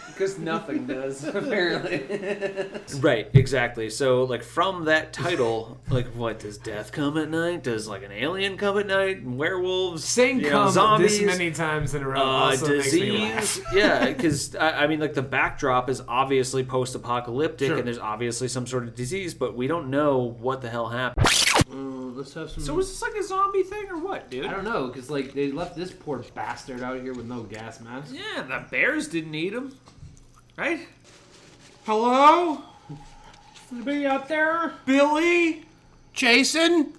[SPEAKER 6] Because nothing does, apparently.
[SPEAKER 1] Right. Exactly. So, like from that title, like what does death come at night? Does like an alien come at night? Werewolves?
[SPEAKER 3] Saying
[SPEAKER 1] you know,
[SPEAKER 3] come
[SPEAKER 1] zombies?
[SPEAKER 3] this many times in a row
[SPEAKER 1] uh,
[SPEAKER 3] also makes me laugh.
[SPEAKER 1] disease. yeah, because I, I mean, like the backdrop is obviously post-apocalyptic, and there's obviously some sort of disease, but we don't know what the hell happened.
[SPEAKER 3] Let's have some.
[SPEAKER 5] So was this like a zombie thing or what, dude?
[SPEAKER 3] I don't know, because like they left this poor bastard out here with no gas mask.
[SPEAKER 5] Yeah, the bears didn't eat them, right? Hello,
[SPEAKER 3] Anybody out there?
[SPEAKER 5] Billy, Jason.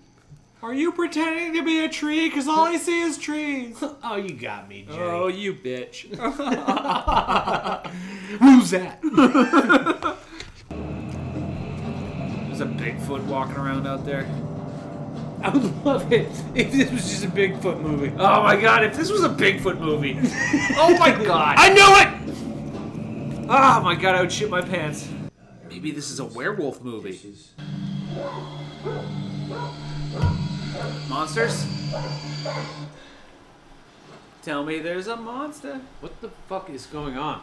[SPEAKER 5] Are you pretending to be a tree? Cause all I see is trees.
[SPEAKER 3] Oh, you got me, Jerry.
[SPEAKER 5] Oh, you bitch!
[SPEAKER 3] who's that?
[SPEAKER 5] There's a Bigfoot walking around out there.
[SPEAKER 3] I would love it if this was just a Bigfoot movie.
[SPEAKER 5] Oh my god! If this was a Bigfoot movie,
[SPEAKER 3] Oh my god!
[SPEAKER 5] I knew it. Oh my god! I would shit my pants.
[SPEAKER 1] Maybe this is a werewolf movie. Monsters? Tell me there's a monster.
[SPEAKER 3] What the fuck is going on?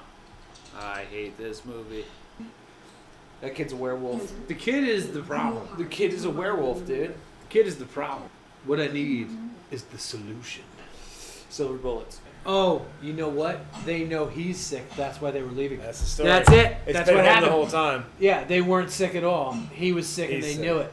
[SPEAKER 1] I hate this movie. That kid's a werewolf.
[SPEAKER 3] The kid is the problem.
[SPEAKER 1] The kid is a werewolf, dude.
[SPEAKER 3] The kid is the problem. What I need is the solution.
[SPEAKER 1] Silver bullets.
[SPEAKER 3] Oh, you know what? They know he's sick. That's why they were leaving.
[SPEAKER 4] That's the story.
[SPEAKER 3] That's it.
[SPEAKER 4] It's
[SPEAKER 3] That's
[SPEAKER 4] been
[SPEAKER 3] what
[SPEAKER 4] him
[SPEAKER 3] happened.
[SPEAKER 4] the whole time.
[SPEAKER 3] yeah, they weren't sick at all. He was sick and
[SPEAKER 4] He's
[SPEAKER 3] they
[SPEAKER 4] sick.
[SPEAKER 3] knew it.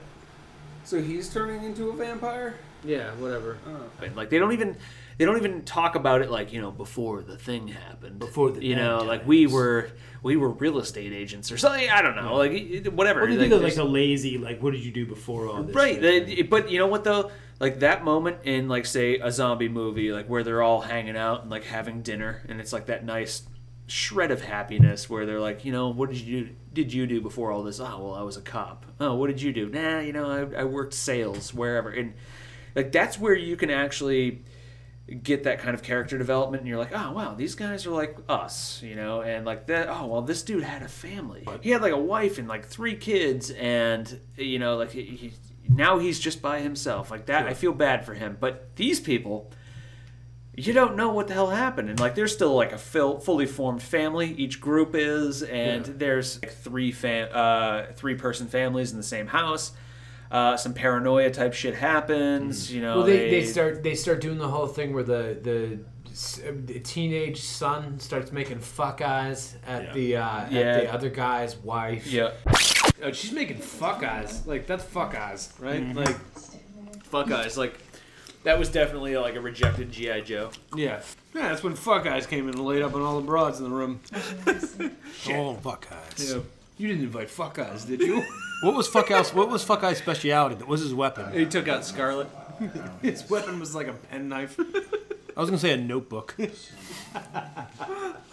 [SPEAKER 6] so he's turning into a vampire?
[SPEAKER 3] Yeah, whatever.
[SPEAKER 1] happened. Like they don't even they don't even talk about it like you know before the thing happened. Before
[SPEAKER 3] the
[SPEAKER 1] you know
[SPEAKER 3] bad
[SPEAKER 1] like we were we were real estate agents or something. I don't know like it- it- whatever.
[SPEAKER 8] What do you
[SPEAKER 1] Like,
[SPEAKER 8] think of like
[SPEAKER 1] there's-
[SPEAKER 8] the lazy? Like, what did you do before all this?
[SPEAKER 1] right?
[SPEAKER 8] shit?
[SPEAKER 1] they- but you know what though? Like that moment in like say a zombie movie like where they're all hanging out and like having dinner and it's like that nice shred of happiness where they're like you know what did you do did you do before all this oh well i was a cop oh what did you do nah you know i, I worked sales wherever and like that's where you can actually get that kind of character development and you're like oh wow these guys are like us you know and like that oh well this dude had a family he had like a wife and like three kids and you know like he, he now he's just by himself like that i feel bad for him but these people you don't know what the hell happened and like there's still like a fill, fully formed family each group is and there's like three fam- uh, three person families in the same house uh, some paranoia type shit happens you know
[SPEAKER 3] Mm. Well, they, they start they start doing the whole thing where the the, s- uh, the teenage son starts making fuck eyes at the uh,
[SPEAKER 1] Yeah.
[SPEAKER 3] at the other guy's wife.
[SPEAKER 1] yeah
[SPEAKER 3] Oh, she's making fuck eyes. Like that's fuck eyes, right?
[SPEAKER 4] Mm-hmm.
[SPEAKER 3] Like
[SPEAKER 1] Fuck Eyes, like that was definitely like a rejected GI Joe.
[SPEAKER 5] Yeah. Yeah, that's when fuck eyes came in and laid up on all the broads in the room.
[SPEAKER 2] oh fuck eyes.
[SPEAKER 5] You didn't invite fuck eyes, did you?
[SPEAKER 2] What was fuck eyes? What was fuck eyes' speciality? That was his weapon.
[SPEAKER 5] he took out Scarlet. His weapon was like a penknife. With
[SPEAKER 2] I was gonna say a notebook.
[SPEAKER 5] like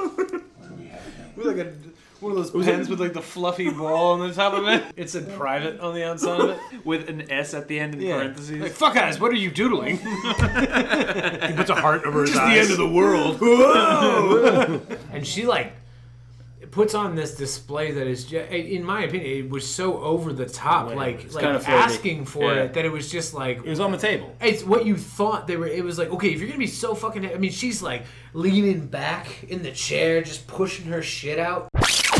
[SPEAKER 5] a One of those pens with like the fluffy ball on the top of it. It said private on the outside of it.
[SPEAKER 7] with an S at the end in
[SPEAKER 5] Yeah.
[SPEAKER 7] parentheses.
[SPEAKER 5] Like, fuck eyes, what are you doodling?
[SPEAKER 4] He puts a heart over his eyes.
[SPEAKER 5] the world.
[SPEAKER 3] and she like puts on this display that is just, in my opinion it was so over the top like, like
[SPEAKER 7] kinda fake.
[SPEAKER 3] asking for
[SPEAKER 7] Yeah.
[SPEAKER 3] it that it was just like
[SPEAKER 4] It was on the table.
[SPEAKER 3] it's what you thought they were it was like okay if you're gonna be so fucking i mean she's like leaning back in the chair just pushing her shit out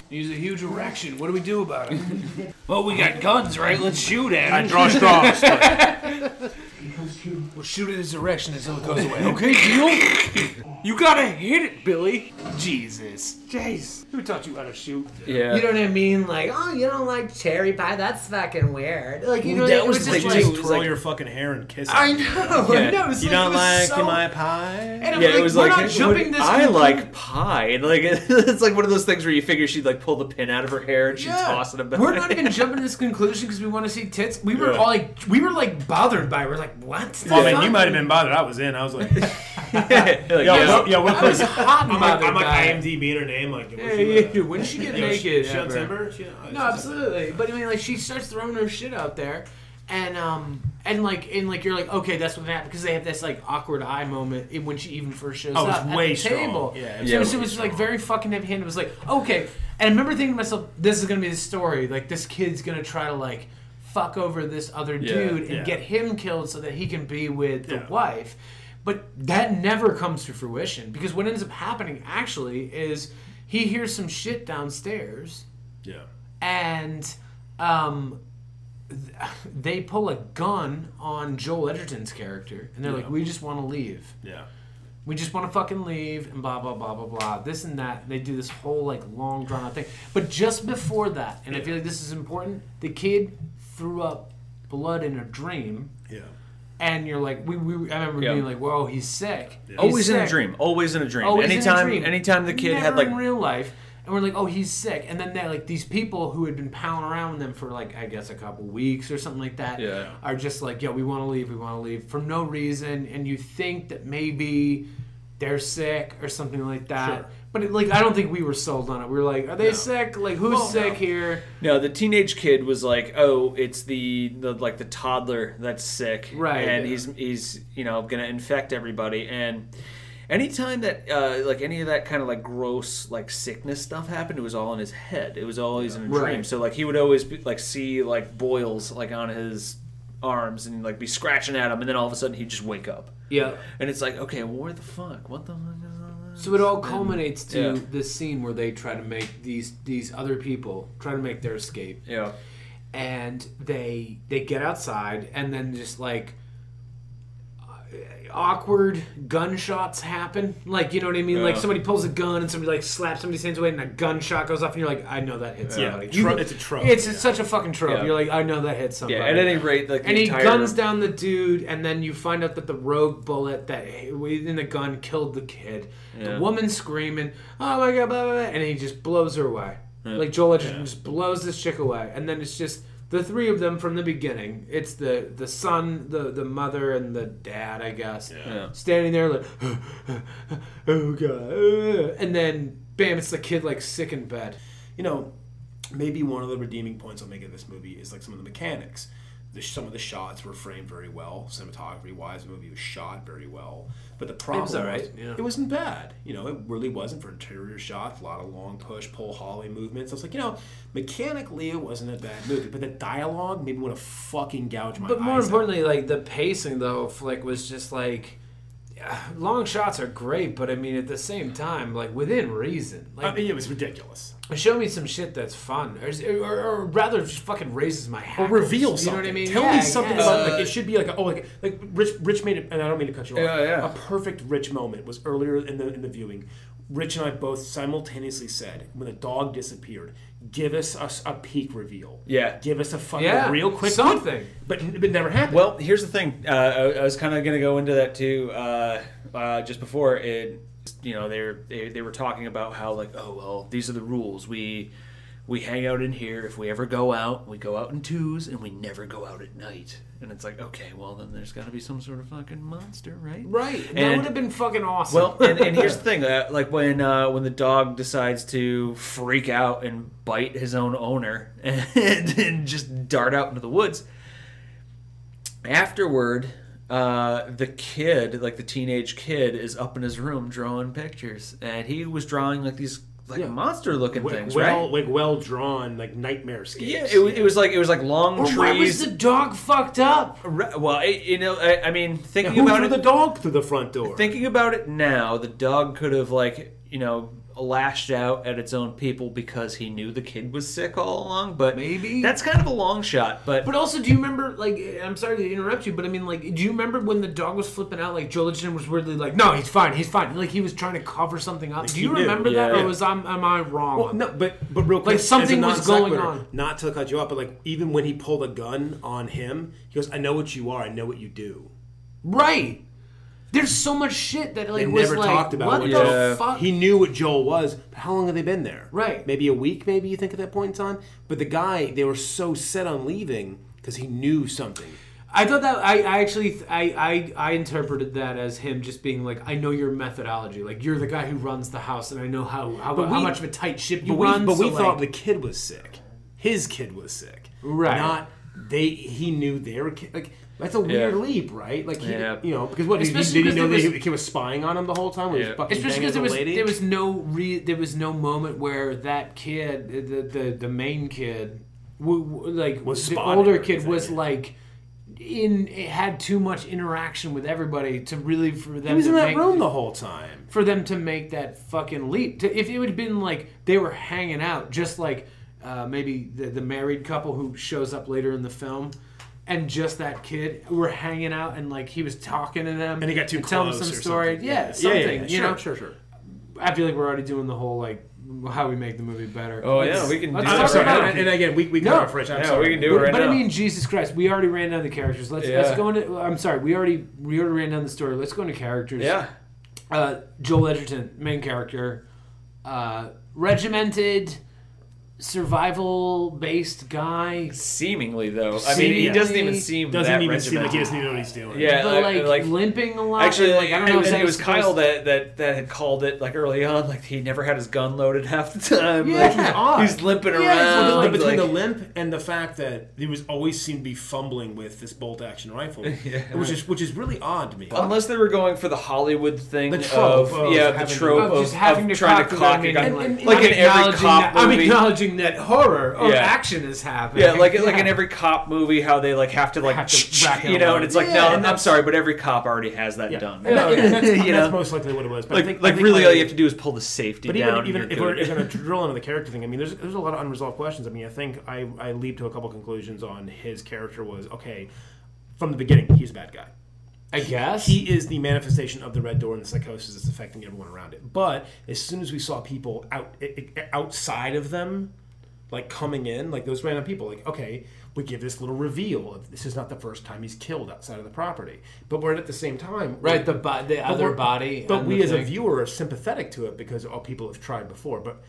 [SPEAKER 5] He's a huge erection. What do we do about it? well, we got guns, right? Let's shoot at him.
[SPEAKER 4] Draw straws.
[SPEAKER 5] We'll shoot at his erection until it goes away. okay, deal? you gotta hit it, Billy. Jesus. Jace, who taught you how to shoot?
[SPEAKER 7] Yeah.
[SPEAKER 3] you know what i mean like oh you don't like cherry pie that's fucking weird like you know
[SPEAKER 8] that
[SPEAKER 3] it
[SPEAKER 8] was
[SPEAKER 3] was
[SPEAKER 8] the
[SPEAKER 3] just
[SPEAKER 8] thing,
[SPEAKER 3] like
[SPEAKER 8] too.
[SPEAKER 6] Twirl your fucking hair and kiss
[SPEAKER 3] i know i know it's
[SPEAKER 6] You
[SPEAKER 3] like,
[SPEAKER 6] don't
[SPEAKER 3] it was
[SPEAKER 6] like
[SPEAKER 3] so,
[SPEAKER 6] my pie?
[SPEAKER 3] and I'm
[SPEAKER 7] Yeah,
[SPEAKER 3] like,
[SPEAKER 7] it was
[SPEAKER 3] we're
[SPEAKER 7] like
[SPEAKER 3] not jumping this
[SPEAKER 7] I
[SPEAKER 3] conclu-
[SPEAKER 7] like pie. And like it's like one of those things where you figure she'd like pull the pin out of her hair and she'd toss it about.
[SPEAKER 3] We're not even jumping to this conclusion because we want to see tits. We were all like, we were like bothered by. It. We're like, what? the
[SPEAKER 6] Well, Oh, man,
[SPEAKER 3] fuck?
[SPEAKER 6] you might have been bothered. I was in. I was like, yo,
[SPEAKER 7] like,
[SPEAKER 6] yo,
[SPEAKER 7] yeah.
[SPEAKER 6] yo, what
[SPEAKER 3] I was hot and
[SPEAKER 6] I'm like,
[SPEAKER 3] bothered
[SPEAKER 6] I'm like
[SPEAKER 3] by. it.
[SPEAKER 6] IMDb her name. Like,
[SPEAKER 3] Yeah,
[SPEAKER 4] uh,
[SPEAKER 3] yeah, yeah. When did she get naked?
[SPEAKER 6] She on
[SPEAKER 3] ever?
[SPEAKER 6] Timber? She-
[SPEAKER 4] oh,
[SPEAKER 3] No, absolutely. But I mean, like, she starts throwing her shit out there, and um, and like, and like, you're like, okay, that's what happened because they have this like awkward eye moment in when she even first shows
[SPEAKER 6] Oh, it's
[SPEAKER 3] up at
[SPEAKER 6] way
[SPEAKER 3] the
[SPEAKER 6] strong.
[SPEAKER 3] table.
[SPEAKER 6] Yeah,
[SPEAKER 3] so
[SPEAKER 6] it's
[SPEAKER 3] it was, it was, like very fucking heavy handed. It was like, okay, and I remember thinking to myself, this is gonna be the story. Like, this kid's gonna try to like fuck over this other dude and
[SPEAKER 6] yeah.
[SPEAKER 3] get him killed so that he can be with the
[SPEAKER 6] Yeah.
[SPEAKER 3] wife. But that never comes to fruition because what ends up happening actually is he hears some shit downstairs
[SPEAKER 6] yeah.
[SPEAKER 3] and um, th- they pull a gun on Joel Edgerton's character, and they're like, "We just want to leave.
[SPEAKER 6] Yeah.
[SPEAKER 3] We just want to fucking leave." And blah blah blah blah blah. This and that. They do this whole like long drawn out thing. But just before that, and I feel like this is important. The kid threw up blood in a dream.
[SPEAKER 6] Yeah.
[SPEAKER 3] And you're like, we, we I remember
[SPEAKER 7] Yeah.
[SPEAKER 3] being like, whoa, he's sick. He's
[SPEAKER 7] Always in a
[SPEAKER 3] sick."
[SPEAKER 7] dream. Always in a dream.
[SPEAKER 3] Always Oh, in a
[SPEAKER 7] anytime
[SPEAKER 3] dream.
[SPEAKER 7] anytime the kid
[SPEAKER 3] Never
[SPEAKER 7] had like
[SPEAKER 3] in real life, and we're like, oh, he's sick, and then they like these people who had been palling around with them for like I guess a couple weeks or something like that,
[SPEAKER 7] Yeah.
[SPEAKER 3] are just like, yo, we want to leave, we want to leave for no reason, and you think that maybe they're sick or something like that. But it, like I don't think we were sold on it. We were like, are they sick? Like who's sick here?
[SPEAKER 7] No, the teenage kid was like, "Oh, it's the, the like the toddler that's sick,
[SPEAKER 3] Right.
[SPEAKER 7] And he's he's you know gonna infect everybody. And anytime that uh, like any of that kind of like gross like sickness stuff happened, it was all in his head. It was always in a dream.
[SPEAKER 3] Right.
[SPEAKER 7] So like he would always be, like see like boils like on his arms and like be scratching at him, and then all of a sudden he'd just wake up.
[SPEAKER 3] Yeah.
[SPEAKER 7] And it's like, okay, well, where the fuck? What the fuck is all this?
[SPEAKER 3] So it all culminates to
[SPEAKER 7] Yeah.
[SPEAKER 3] this scene where they try to make these these other people try to make their escape.
[SPEAKER 7] Yeah.
[SPEAKER 3] and they they get outside and then just like uh, awkward gunshots happen like you know what i mean like
[SPEAKER 7] Yeah.
[SPEAKER 3] somebody pulls a gun and somebody like slaps somebody's hands away and a gunshot goes off and you're like i know that hit somebody You-
[SPEAKER 6] it's a trope.
[SPEAKER 3] it's, it's such a fucking trope
[SPEAKER 7] Yeah.
[SPEAKER 3] you're like i know that hit somebody
[SPEAKER 7] Yeah. At any rate, like the
[SPEAKER 3] and he
[SPEAKER 7] entire-
[SPEAKER 3] guns down the dude, and then you find out that the rogue bullet that in the gun killed the kid.
[SPEAKER 7] Yeah.
[SPEAKER 3] The woman screaming, "Oh my god!" Blah, blah, blah, and he just blows her away. Like Joel Edgerton just blows this chick away, and then it's just the three of them from the beginning. It's the the son, the the mother, and the dad, I guess,
[SPEAKER 7] Yeah.
[SPEAKER 3] standing there like, "Oh god!" And then bam, it's the kid like sick in bed.
[SPEAKER 4] you know, maybe one of the redeeming points I'll make of this movie is like some of the mechanics. The, some of the shots were framed very well, cinematography wise. The movie was shot very well, but the problem
[SPEAKER 3] all right,
[SPEAKER 4] was,
[SPEAKER 3] yeah.
[SPEAKER 4] it wasn't bad. You know, it really wasn't for interior shots. A lot of long push, pull, hallway movements. I was like, you know, mechanically it wasn't a bad movie, but the dialogue made me want to fucking gouge my
[SPEAKER 3] But more
[SPEAKER 4] eyes out.
[SPEAKER 3] importantly, like the pacing, the whole flick was just like. yeah, Long shots are great, but I mean, at the same time, like within reason,
[SPEAKER 4] I
[SPEAKER 3] like
[SPEAKER 4] mean, it was ridiculous.
[SPEAKER 3] show me some shit that's fun, or, or, or rather, just fucking raises my hackles.
[SPEAKER 4] reveal something.
[SPEAKER 3] You know what I mean?
[SPEAKER 4] Tell
[SPEAKER 3] Yeah,
[SPEAKER 4] me something
[SPEAKER 3] yeah.
[SPEAKER 4] about like it should be like a, oh like like Rich Rich made it and I don't mean to cut you off.
[SPEAKER 7] Uh, Yeah, yeah.
[SPEAKER 4] A perfect Rich moment was earlier in the in the viewing. Rich and I both simultaneously said when the dog disappeared, give us a, a peak reveal.
[SPEAKER 7] Yeah.
[SPEAKER 4] Give us a fucking
[SPEAKER 3] Yeah,
[SPEAKER 4] real quick
[SPEAKER 3] something.
[SPEAKER 4] But but it never happened.
[SPEAKER 1] Well, here's the thing. Uh, I, I was kind of going to go into that too. Uh, uh, just before it,
[SPEAKER 7] you know they were they, they were talking about how like oh well these are the rules we we hang out in here. If we ever go out, we go out in twos, and we never go out at night. And it's like, okay, well then there's got to be some sort of fucking monster, right?
[SPEAKER 3] Right. that
[SPEAKER 7] And-
[SPEAKER 3] would have been fucking awesome.
[SPEAKER 7] Well, and, and here's the thing: uh, like when uh, when the dog decides to freak out and bite his own owner and, and just dart out into the woods. Afterward, uh, the kid, like the teenage kid, is up in his room drawing pictures, and he was drawing like these like monster-looking things,
[SPEAKER 4] well,
[SPEAKER 7] right?
[SPEAKER 4] like well drawn, like nightmare scapes.
[SPEAKER 7] Yeah, it, wa- it was like it was like long
[SPEAKER 3] Or why was
[SPEAKER 7] trees.
[SPEAKER 3] the dog fucked up?
[SPEAKER 7] Re- well, it, you know, I, I mean, thinking
[SPEAKER 4] Who
[SPEAKER 7] about
[SPEAKER 4] threw
[SPEAKER 7] it,
[SPEAKER 4] the dog through the front door?
[SPEAKER 7] Thinking about it now, the dog could have like you know lashed out at its own people because he knew the kid was sick all along. But
[SPEAKER 3] Maybe.
[SPEAKER 7] that's kind of a long shot. But,
[SPEAKER 3] But also, do you remember? Like, I'm sorry to interrupt you, but I mean, like, do you remember when the dog was flipping out? Like, Joel Edgerton was weirdly like, "No, he's fine, he's fine." Like, he was trying to cover something up. do you
[SPEAKER 4] he knew,
[SPEAKER 3] remember that,
[SPEAKER 7] yeah.
[SPEAKER 3] or was I'm, am I wrong?
[SPEAKER 4] Well, Oh, no, but but real quick,
[SPEAKER 3] Like, something
[SPEAKER 4] as a
[SPEAKER 3] was going
[SPEAKER 4] non-sequitur,
[SPEAKER 3] on.
[SPEAKER 4] Not to cut you off, but like even when he pulled a gun on him, he goes, "I know what you are. I know what you do."
[SPEAKER 3] Right. There's so much shit that like
[SPEAKER 4] They
[SPEAKER 3] was
[SPEAKER 4] never
[SPEAKER 3] like,
[SPEAKER 4] talked about
[SPEAKER 3] what
[SPEAKER 4] what
[SPEAKER 3] the
[SPEAKER 7] Yeah.
[SPEAKER 3] fuck.
[SPEAKER 4] He knew what Joel was. But how long have they been there?
[SPEAKER 3] Right.
[SPEAKER 4] Maybe a week. Maybe you think at that point in time. But the guy, they were so set on leaving because he knew something.
[SPEAKER 3] I thought that I, I actually th- I, I I interpreted that as him just being like, I know your methodology. Like you're the guy who runs the house, and I know how how, how
[SPEAKER 4] we-
[SPEAKER 3] much of a tight ship you
[SPEAKER 4] But we,
[SPEAKER 3] run.
[SPEAKER 4] but we
[SPEAKER 3] so,
[SPEAKER 4] thought
[SPEAKER 3] like,
[SPEAKER 4] the kid was sick. His kid was sick.
[SPEAKER 3] Right.
[SPEAKER 4] Not they. He knew they were kid. Like that's a weird
[SPEAKER 7] Yeah.
[SPEAKER 4] leap, right? Like he,
[SPEAKER 7] Yeah.
[SPEAKER 4] you know, because what did he,
[SPEAKER 3] Especially
[SPEAKER 4] did he
[SPEAKER 3] because
[SPEAKER 4] know
[SPEAKER 3] there
[SPEAKER 4] that he,
[SPEAKER 3] was-
[SPEAKER 4] he was spying on him the whole time? When he
[SPEAKER 7] Yeah.
[SPEAKER 4] was fucking
[SPEAKER 3] especially
[SPEAKER 4] banging
[SPEAKER 3] because there
[SPEAKER 4] the
[SPEAKER 3] was
[SPEAKER 4] lady?
[SPEAKER 3] there was no re there was no moment where that kid the the, the main kid w- w- like
[SPEAKER 4] Was
[SPEAKER 3] the
[SPEAKER 4] spotting
[SPEAKER 3] older
[SPEAKER 4] or
[SPEAKER 3] kid was
[SPEAKER 4] anything, yeah.
[SPEAKER 3] like in it had too much interaction with everybody to really for them
[SPEAKER 4] He was
[SPEAKER 3] to
[SPEAKER 4] in that
[SPEAKER 3] make,
[SPEAKER 4] room the whole time.
[SPEAKER 3] for them to make that fucking leap. To, if it would have been like they were hanging out, just like uh, maybe the, the married couple who shows up later in the film, and just that kid were hanging out and like he was talking to them,
[SPEAKER 4] And he got too
[SPEAKER 3] tell them
[SPEAKER 4] close
[SPEAKER 3] some
[SPEAKER 4] or
[SPEAKER 3] story,
[SPEAKER 4] something.
[SPEAKER 3] yeah,
[SPEAKER 4] Yeah,
[SPEAKER 3] something,
[SPEAKER 4] yeah, yeah.
[SPEAKER 3] you
[SPEAKER 4] Sure,
[SPEAKER 3] know,
[SPEAKER 4] sure, sure.
[SPEAKER 3] I feel like we're already doing the whole like how we make the movie better.
[SPEAKER 1] Oh,
[SPEAKER 3] Let's-
[SPEAKER 1] yeah, we can
[SPEAKER 3] let's
[SPEAKER 1] do
[SPEAKER 4] I'm
[SPEAKER 3] talk
[SPEAKER 1] that.
[SPEAKER 4] sorry.
[SPEAKER 3] about it.
[SPEAKER 4] And, and again, we we
[SPEAKER 3] No.
[SPEAKER 4] got off Rich. I'm
[SPEAKER 1] Yeah,
[SPEAKER 4] sorry.
[SPEAKER 1] we can do it right
[SPEAKER 3] but
[SPEAKER 1] now.
[SPEAKER 3] I mean, Jesus Christ, we already ran down the characters. Let's let's
[SPEAKER 1] Yeah.
[SPEAKER 3] go into. I'm sorry, we already we already ran down the story. Let's go into characters.
[SPEAKER 1] yeah.
[SPEAKER 3] uh, Joel Edgerton, main character, uh, regimented, survival based guy.
[SPEAKER 7] seemingly though, I mean,
[SPEAKER 3] Seemingly-
[SPEAKER 7] he doesn't even seem
[SPEAKER 4] Doesn't
[SPEAKER 7] that
[SPEAKER 4] even seem
[SPEAKER 7] regimented.
[SPEAKER 4] like he doesn't even know what he's doing.
[SPEAKER 1] Yeah,
[SPEAKER 3] But
[SPEAKER 1] I-
[SPEAKER 3] like,
[SPEAKER 1] like-
[SPEAKER 3] limping a lot.
[SPEAKER 7] Actually,
[SPEAKER 3] and, like I don't know.
[SPEAKER 1] and,
[SPEAKER 3] if
[SPEAKER 1] and
[SPEAKER 3] that
[SPEAKER 1] it was Kyle
[SPEAKER 3] supposed-
[SPEAKER 1] that, that, that had called it like early on. Like he never had his gun loaded half the time.
[SPEAKER 3] Yeah.
[SPEAKER 1] Like,
[SPEAKER 3] Which was odd.
[SPEAKER 1] he's limping
[SPEAKER 3] Yeah, he's
[SPEAKER 1] around.
[SPEAKER 4] Well,
[SPEAKER 3] Like-
[SPEAKER 4] the- between
[SPEAKER 1] like-
[SPEAKER 4] the limp and the fact that he was always seemed to be fumbling with this bolt action rifle, which is which is really odd to me.
[SPEAKER 1] Unless they were going for the Hollywood thing
[SPEAKER 4] The trope
[SPEAKER 1] of,
[SPEAKER 4] of
[SPEAKER 1] yeah, the
[SPEAKER 4] having-
[SPEAKER 1] trope
[SPEAKER 3] Of
[SPEAKER 1] of,
[SPEAKER 3] just having
[SPEAKER 1] of
[SPEAKER 3] to
[SPEAKER 1] trying
[SPEAKER 3] cock
[SPEAKER 1] to
[SPEAKER 3] it, I
[SPEAKER 1] cock your
[SPEAKER 3] mean,
[SPEAKER 1] gun,
[SPEAKER 3] and-
[SPEAKER 1] like,
[SPEAKER 3] and-
[SPEAKER 1] like
[SPEAKER 3] I'm
[SPEAKER 1] in every
[SPEAKER 3] acknowledging
[SPEAKER 1] cop
[SPEAKER 3] that- I'm
[SPEAKER 1] movie.
[SPEAKER 3] acknowledging that horror or
[SPEAKER 1] Yeah.
[SPEAKER 3] action is happening.
[SPEAKER 1] Yeah, like like in every cop movie, how they like have to like
[SPEAKER 3] Have to rack it
[SPEAKER 1] you know,
[SPEAKER 3] up.
[SPEAKER 1] and it's like
[SPEAKER 3] Yeah,
[SPEAKER 1] no,
[SPEAKER 3] and
[SPEAKER 1] I'm
[SPEAKER 3] that's-
[SPEAKER 1] sorry, but every cop already has that done.
[SPEAKER 4] Yeah, yeah, that's,
[SPEAKER 1] you
[SPEAKER 4] that's
[SPEAKER 1] know,
[SPEAKER 4] most likely what it was. But I
[SPEAKER 1] like
[SPEAKER 4] think, I
[SPEAKER 1] like
[SPEAKER 4] think
[SPEAKER 1] really,
[SPEAKER 4] my-
[SPEAKER 1] all you have to do is pull the safety
[SPEAKER 4] But
[SPEAKER 1] down.
[SPEAKER 4] even, even
[SPEAKER 1] and
[SPEAKER 4] if
[SPEAKER 1] you're
[SPEAKER 4] we're,
[SPEAKER 1] good.
[SPEAKER 4] if we're going to drill into the character thing, I mean, there's there's a lot of unresolved questions. I mean, I think I I leap to a couple conclusions on his character was okay from the beginning. He's a bad guy.
[SPEAKER 3] I guess.
[SPEAKER 4] He is the manifestation of the red door and the psychosis that's affecting everyone around it. But as soon as we saw people out i- i- outside of them, like coming in, like those random people, like okay, we give this little reveal. Of, this is not the first time he's killed outside of the property, but we're at the same time
[SPEAKER 3] right, the bo- the
[SPEAKER 4] but
[SPEAKER 3] other
[SPEAKER 4] we're-
[SPEAKER 3] body.
[SPEAKER 4] But
[SPEAKER 3] and
[SPEAKER 4] we
[SPEAKER 3] the
[SPEAKER 4] as a
[SPEAKER 3] thing.
[SPEAKER 4] viewer are sympathetic to it because all people have tried before. But